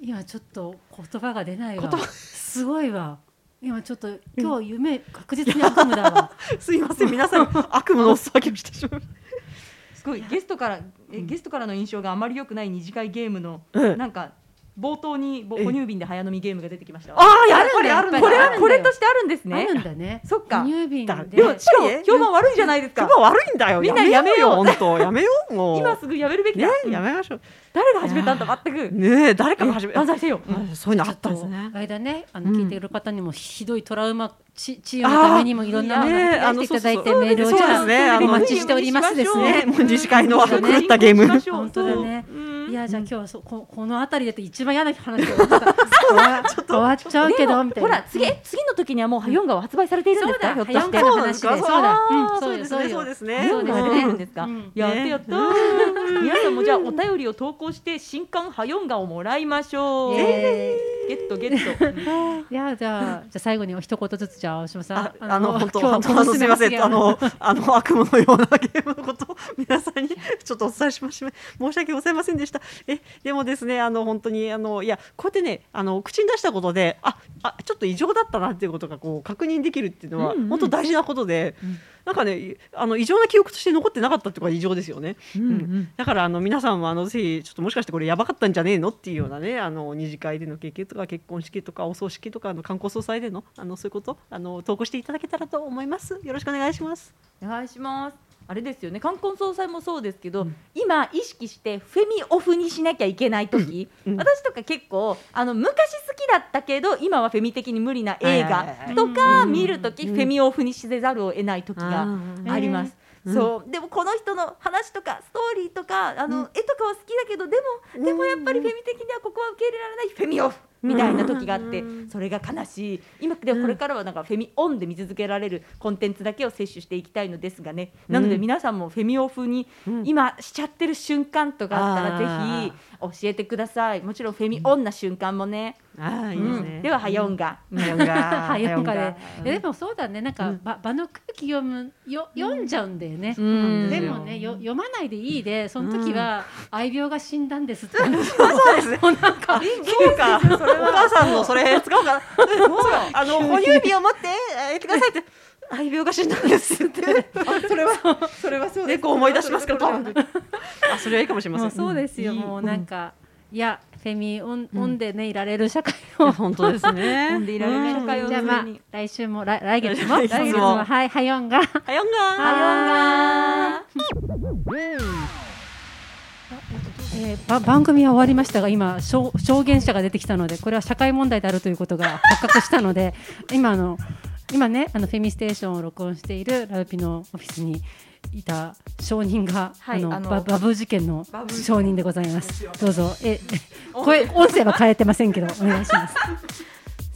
A: 今ちょっと言葉が出ないわ
B: 言葉
A: すごいわ今ちょっと今日夢確実に悪夢だ わ
B: すいません皆さん悪夢のお裾分けをしてしまう、
C: すごいゲストからえゲストからの印象があまり良くない二次会ゲームの
B: うん、
C: なんか冒頭にぼ
B: ええ
C: 哺乳瓶で早飲みゲームが出てきました
B: ああや
C: や
B: っ
C: っ
B: ぱ
C: ぱ
B: り
C: り
B: あ
C: あ
B: る
C: る
B: の
C: の
A: こ
C: こ
A: れ
C: れ
A: は
C: は
A: こ
C: こ
A: れ
C: れ
A: と
C: と
A: し
C: してあるんです
A: あ
C: ね
A: るんだね
C: そっか
A: 哺乳瓶
B: だ
A: で
C: でもしかも
B: え
C: 評判悪いじゃないですか
B: 評判悪いんだよ
C: みんな
B: やめようよ
C: や
B: 本当やめようもう
C: 今すぐやめるべきだ、
B: ね
C: うん
B: やめましょう
C: 誰が始めたんだ全く
B: ねえ誰かが始め
C: 断罪してよ、
B: うんそういうのあ
A: ちょ
B: っ
A: ったと
B: んですね
A: 間ねあ
C: う
A: の
C: ん
A: 聞いている方にもひどいトラウマ治治癒のためにもいろんな
B: ねえ
A: お話出していただいてメールを
B: そう
A: じ
B: で
A: ゃ
B: すね
A: あ
B: あ
A: お
B: の
A: 待ちしておりますです
B: ね
A: ね。
B: もう自治会の狂
A: そうね
B: ったゲーム
C: しましょう
A: 本当だね
C: うん
A: いやじゃあ今日はそここのあたりでって一番嫌な話が終わった終わっちゃうけ
C: でも
A: どみたい
C: ほ
A: な。
C: ら次次の時にはもうハヨンガは発売されているんですかひょっとして
A: ハヨンガ
B: そうなんですか
A: 話でそうだ
B: あー
A: うん
B: そ
A: そうう
B: で
A: よ
B: すねそ
A: そうう
B: で
A: よ
C: ハヨンガが
B: すね
C: 出てるんですか、
A: うん
C: やった
B: ね
C: やった、皆さんもじゃあお便りを投稿して新刊ハヨンガをもらいましょう、
A: イエ
C: ゲットゲット、
A: いやじゃあじゃあ最後にお一言ずつじゃあ青島さ
B: あ
A: ん
B: あの本当
A: 今
B: 本
A: 日
B: 当
A: この
B: すみませ
A: 次
B: ん
A: は
B: あのあの悪夢のようなゲームのことを皆さんにちょっとお伝えしまし申し訳ございませんでしたえでもですねあの本当にあのいやこうやってねあの口に出したことでああちょっと異常だったなっていうことがこう確認できるっていうのは、
C: うんうん
B: 本当大事なことで、
C: うん
B: なんかねあの異常な記憶として残ってなかったってことが異常ですよね。
C: うんうん
B: だからあの皆さんもあのぜひちょっともしかしてこれやばかったんじゃねえのっていうようなねあの二次会での経験とか結婚式とかお葬式とかあの観光葬祭でのあのそういうことあの投稿していただけたらと思います。よろしくお願いします。
C: お願いしますあれですよね冠婚葬祭もそうですけど、今意識してフェミオフにしなきゃいけない時、
B: うんうん
C: 私とか結構あの昔好きだったけど今はフェミ的に無理な映
B: はいはい
C: 画
B: はい
C: とか
A: うん
C: 見る時、
B: うん
C: フェミオフにせざるを得ない時が
A: ー
C: あります。
B: うん
C: そうでもこの人の話とかストーリーとかあの、絵とかは好きだけどでもでもやっぱりフェミ的にはここは受け入れられないフェミオフみたいな時があって、
B: うん
C: それが悲しい今ではこれからはなんかフェミオンで見続けられるコンテンツだけを摂取していきたいのですがね、なので皆さんもフェミオフに
B: うん
C: 今しちゃってる瞬間とかあったらぜひ教えてくださいもちろんフェミオンな瞬間もね、
B: ああいい
C: うん
B: ですね。
C: ではハヨンが、
B: ハヨンが
A: はよんかで
B: う、ん
A: えでもそうだね、なんか、
B: うん
A: ば場の空気読むよ読んじゃうんだよね。
C: ん
A: でもねよ読まないでいいで、その時は愛病が死んだんですって。
B: そうですね。
A: もうなんか
B: そうか。お母さんのそれ使おうかな。そうかあの哺乳瓶を持ってえーくださいって。愛病が死んだんですって。それはそれはそうです。猫を思い出しますから多分。あそれはいいかもしれませ
A: も
B: ん。
A: うそうですよ、
B: ん
A: もうなんか、いやフェミオンオンでねいられる社会
B: い
A: を
B: や。 本当ですね。
C: 飲んでいられる社会を
A: じゃあまあ来週も来来月も 来
B: 来月も
A: 月もはいはよんが。
B: はよんがー。
C: ハ
A: えーば番組は終わりましたが今証証言者が出てきたのでこれは社会問題であるということが発覚したので今あの今ねあのフェミステーションを録音しているラウピのオフィスにいた証人が、
C: はい
A: あの
C: あの
A: ババブー事件の
C: バブー事件
A: 証人でござい ますどうぞえ声音声は変えてませんけどお願いします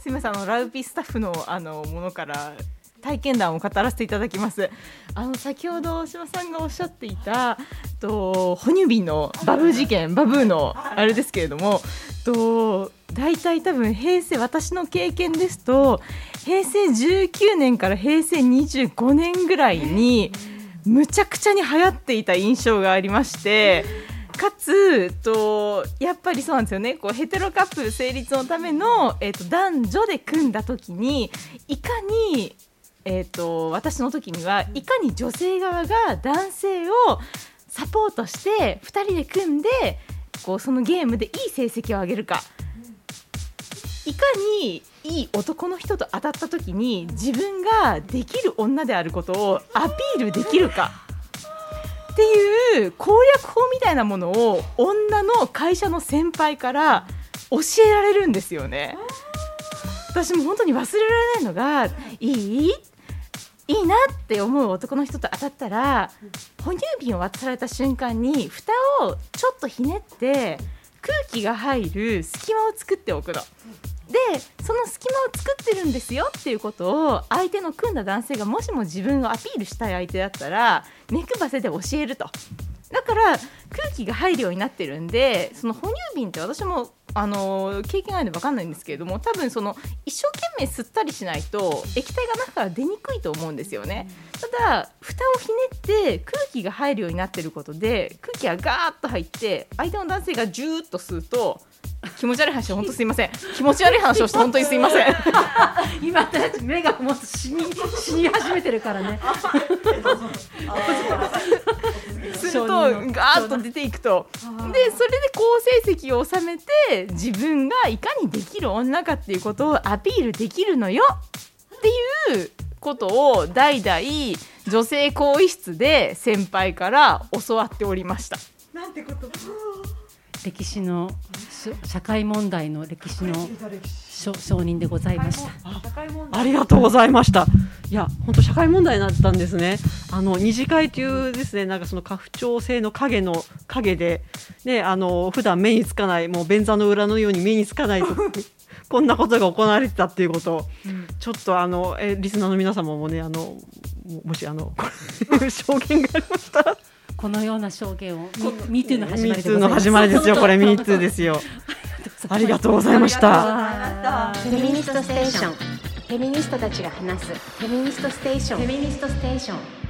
E: すみませんあのラウピスタッフのあのものから体験談を語らせていただきます。あの先ほど大島さんがおっしゃっていたと哺乳瓶のバブー事件バブーのあれですけれどもと大体多分平成私の経験ですと平成19年から平成25年ぐらいにむちゃくちゃに流行っていた印象がありまして。かつとやっぱりそうなんですよねこうヘテロカップル成立のための、えっと男女で組んだ時にいかに、えっと私の時にはいかに女性側が男性をサポートして2人で組んでこうそのゲームでいい成績を上げるか。いかにいい男の人と当たった時に自分ができる女であることをアピールできるかっていう攻略法みたいなものを女の会社の先輩から教えられるんですよね。私も本当に忘れられないのがいいいいなって思う男の人と当たったら哺乳瓶を渡された瞬間に蓋をちょっとひねって空気が入る隙間を作っておくの。でその隙間を作ってるんですよっていうことを相手の組んだ男性がもしも自分をアピールしたい相手だったら目くばせで教えるとだから空気が入るようになってるんでその哺乳瓶って私もあの経験ないので分かんないんですけれども多分その一生懸命吸ったりしないと液体が中から出にくいと思うんですよね、ただ蓋をひねって空気が入るようになってることで空気がガーッと入って相手の男性がジューッと吸うと気持ち悪い話本当すいません気持ち悪い話をして本当にすいません
A: 今私たち目がもう死に死に始めてるからね
E: するとガーッと出ていくとでそれで好成績を収めて自分がいかにできる女かっていうことをアピールできるのよっていうことを代々女性更衣室で先輩から教わっておりました。
A: 歴史のしょ社会問題の歴史のしょ承認でございました
B: ありがとうございました。いや、本当社会問題になったんですね。あの二次会というですね、なんかその家父長制の影の影で。ね、あの普段目につかない、もう便座の裏のように目につかないと。こんなことが行われてたっていうことを、ちょっとあの、え、リスナーの皆様もね、あの。ももしあの、これ証言がありましたら。
A: このような証言を「ミートゥーの始
B: ミ
A: まり
B: ー
A: で
B: ツー
A: ござ
B: の
A: います
B: 始まりですよ、これミーツーですよ。ありがとうございました。
F: フェミニストステーションフェミニストたちが話すフェミニストステーションフェミニストステーション